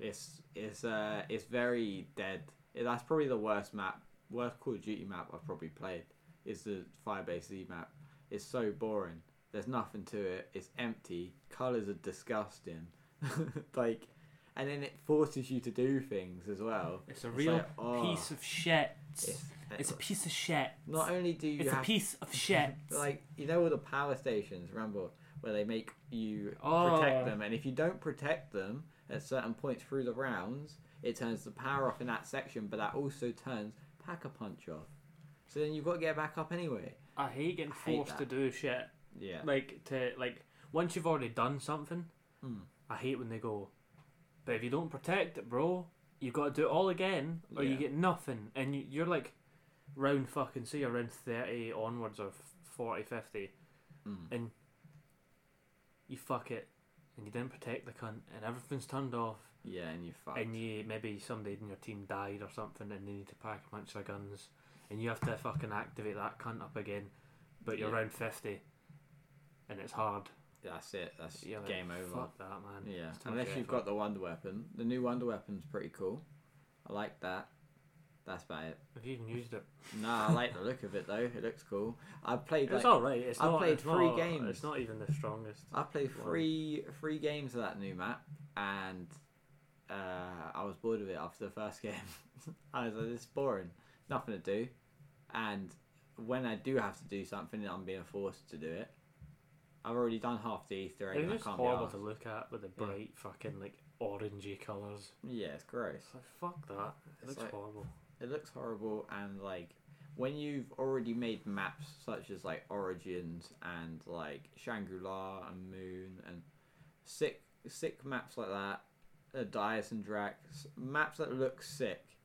Speaker 1: It's it's uh it's very dead. Yeah, That's probably the worst map, worst Call of Duty map I've probably played. Is the Firebase Z map. It's so boring. There's nothing to it. It's empty. Colors are disgusting. like, and then it forces you to do things as well.
Speaker 2: It's a
Speaker 1: It's
Speaker 2: real
Speaker 1: like, oh,
Speaker 3: piece of shit.
Speaker 1: It's,
Speaker 3: It's a piece of shit.
Speaker 1: not only do you
Speaker 3: It's a
Speaker 1: have
Speaker 3: piece of shit.
Speaker 1: like you know all the power stations, Rumble, where they make you
Speaker 2: Oh.
Speaker 1: protect them, and if you don't protect them at certain points through the rounds, it turns the power off in that section, but that also turns pack a punch off. So then you've got to get back up anyway.
Speaker 2: I hate getting
Speaker 1: I hate
Speaker 2: forced to
Speaker 1: that.
Speaker 2: do shit.
Speaker 1: Yeah.
Speaker 2: Like to like once you've already done something,
Speaker 1: Mm.
Speaker 2: I hate when they go. But if you don't protect it, bro, you got to do it all again, or you
Speaker 1: Yeah.
Speaker 2: get nothing, and you, you're like round fucking say you're around thirty onwards or 40, 50,
Speaker 1: Mm.
Speaker 2: and you fuck it, and you didn't protect the cunt, and everything's turned off,
Speaker 1: Yeah, and you fucked.
Speaker 2: and you maybe somebody in your team died or something, and they need to pack a bunch of guns, and you have to fucking activate that cunt up again, but you're
Speaker 1: Yeah.
Speaker 2: round fifty, and it's hard.
Speaker 1: That's it. That's
Speaker 2: You're like,
Speaker 1: game over.
Speaker 2: Fuck that, man.
Speaker 1: Yeah.
Speaker 2: It's too much
Speaker 1: Unless you've
Speaker 2: effort.
Speaker 1: got the Wonder Weapon. The new Wonder Weapon's pretty cool. I like that. That's about it.
Speaker 2: Have you even used it?
Speaker 1: Nah, I like the look of it though. It looks cool. I played.
Speaker 2: It's
Speaker 1: Like,
Speaker 2: all right. It's
Speaker 1: I've
Speaker 2: not,
Speaker 1: played
Speaker 2: it's
Speaker 1: three
Speaker 2: not-
Speaker 1: games.
Speaker 2: It's not even the strongest.
Speaker 1: I played
Speaker 2: Wow.
Speaker 1: three three games of that new map, and uh, I was bored of it after the first game. I was like, "This is boring, nothing to do." And when I do have to do something, and I'm being forced to do it. I've already done half the Easter egg.
Speaker 2: It's
Speaker 1: And I
Speaker 2: just
Speaker 1: can't
Speaker 2: horrible to
Speaker 1: be arsed.
Speaker 2: look at with the
Speaker 1: Yeah.
Speaker 2: bright fucking like orangey colours.
Speaker 1: Yeah, it's gross.
Speaker 2: It's like fuck that. It
Speaker 1: It's
Speaker 2: looks
Speaker 1: like-
Speaker 2: horrible.
Speaker 1: It looks horrible, and like when you've already made maps such as like Origins and like Shangri La and Moon and sick sick maps like that, uh, Dias and Drax maps that look sick,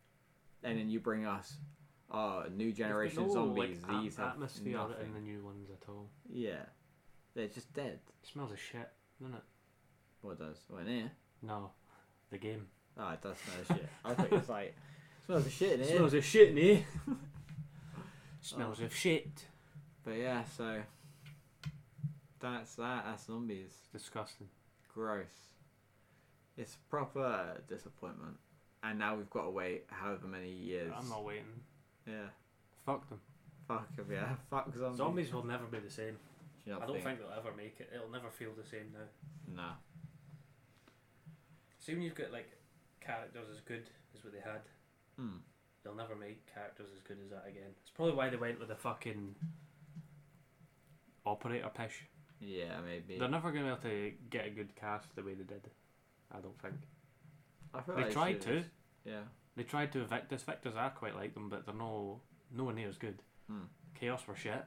Speaker 1: and then you bring us, oh, new generation
Speaker 2: There's no,
Speaker 1: zombies.
Speaker 2: like, at-
Speaker 1: these have
Speaker 2: atmosphere in
Speaker 1: nothing.
Speaker 2: the new ones at all.
Speaker 1: Yeah, they're just dead.
Speaker 2: It smells of shit, doesn't it?
Speaker 1: What does? Well, in here.
Speaker 2: No, the game.
Speaker 1: Oh, it does smell of shit. I thought it was like smells of shit in
Speaker 2: It
Speaker 1: here.
Speaker 2: smells of shit in here. smells of shit.
Speaker 1: But yeah, so that's that. That's zombies.
Speaker 2: Disgusting.
Speaker 1: Gross. It's proper disappointment. and now we've got to wait however many years.
Speaker 2: I'm not waiting.
Speaker 1: Yeah.
Speaker 2: Fuck them.
Speaker 1: Fuck 'em, yeah. Fuck zombies.
Speaker 2: Zombies will never be the same.
Speaker 1: You
Speaker 2: I
Speaker 1: not
Speaker 2: don't think they'll ever make it. It'll never feel the same now.
Speaker 1: Nah.
Speaker 2: See when you've got like characters as good as what they had,
Speaker 1: Hmm.
Speaker 2: they'll never make characters as good as that again. It's probably why they went with the fucking operator pish.
Speaker 1: Yeah, maybe.
Speaker 2: They're never gonna be able to get a good cast the way they did. I don't think.
Speaker 1: I feel
Speaker 2: they
Speaker 1: like
Speaker 2: tried
Speaker 1: should-
Speaker 2: to.
Speaker 1: Yeah.
Speaker 2: They tried to evict us. Victors I quite like them, but they're no nowhere near as good.
Speaker 1: Hmm.
Speaker 2: Chaos were shit.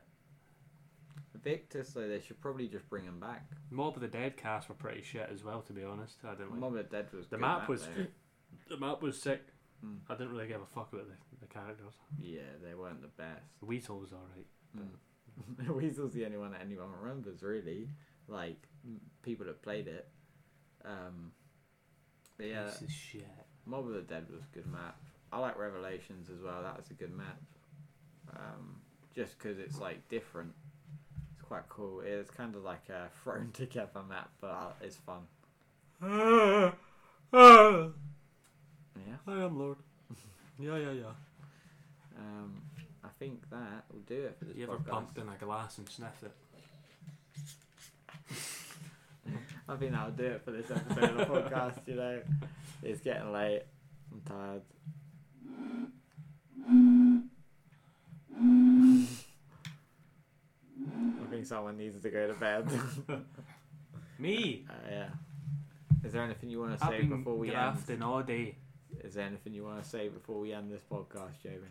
Speaker 1: Victus, though, they should probably just bring him back.
Speaker 2: Mob of the Dead cast were pretty shit as well, to be honest. I didn't like
Speaker 1: Mob of the Dead was
Speaker 2: The
Speaker 1: good
Speaker 2: map
Speaker 1: map
Speaker 2: was-
Speaker 1: though.
Speaker 2: the map was sick.
Speaker 1: Hmm.
Speaker 2: I didn't really give a fuck about the, the characters.
Speaker 1: Yeah, they weren't the best.
Speaker 2: The Weasel's alright.
Speaker 1: Mm. Weasel's the only one that anyone remembers, really. Like m- people that played it. Um, but yeah,
Speaker 2: Piece of shit.
Speaker 1: Mob of the Dead was a good map. I like Revelations as well. That was a good map. Um, just because it's like different. It's quite cool. It's kind of like a thrown together map, but uh, it's fun.
Speaker 2: I
Speaker 1: Yeah.
Speaker 2: Ah, am Lord. Yeah, yeah, yeah.
Speaker 1: Um, I think that will do it for this
Speaker 2: You ever
Speaker 1: podcast.
Speaker 2: pumped in a glass and sniffed it?
Speaker 1: I think that'll do it for this episode of the podcast. You know, it's getting late. I'm tired. I think someone needs to go to bed.
Speaker 2: Me!
Speaker 1: uh, yeah. Is there anything you want to
Speaker 2: I've
Speaker 1: say
Speaker 2: been
Speaker 1: before we
Speaker 2: grafting all day.
Speaker 1: end? Is there anything you want to say before we end this podcast, Jamie?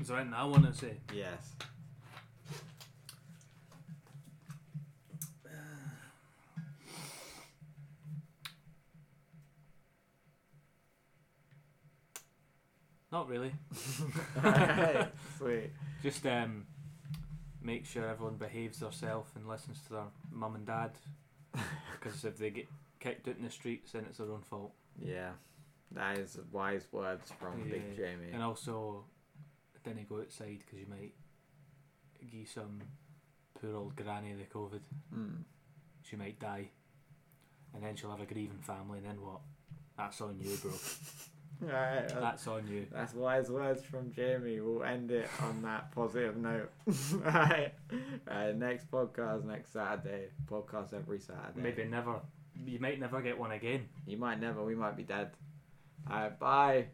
Speaker 2: Is there anything I want to say?
Speaker 1: Yes.
Speaker 2: Not really.
Speaker 1: Alright, Sweet.
Speaker 2: Just um, make sure everyone behaves themselves and listens to their mum and dad. Because if they get kicked out in the streets, then it's their own fault.
Speaker 1: Yeah. That is wise words from
Speaker 2: Yeah.
Speaker 1: Big Jamie.
Speaker 2: And also, didn't go outside because you might give some poor old granny the COVID.
Speaker 1: Mm.
Speaker 2: She might die. And then she'll have a grieving family, and then what? That's on you, bro.
Speaker 1: Alright, well,
Speaker 2: That's on you.
Speaker 1: That's wise words from Jamie. We'll end it on that positive note. Alright. Uh, next podcast next Saturday. Podcast every Saturday.
Speaker 2: Maybe never. You might never get one again.
Speaker 1: You might never, we might be dead. Alright, bye.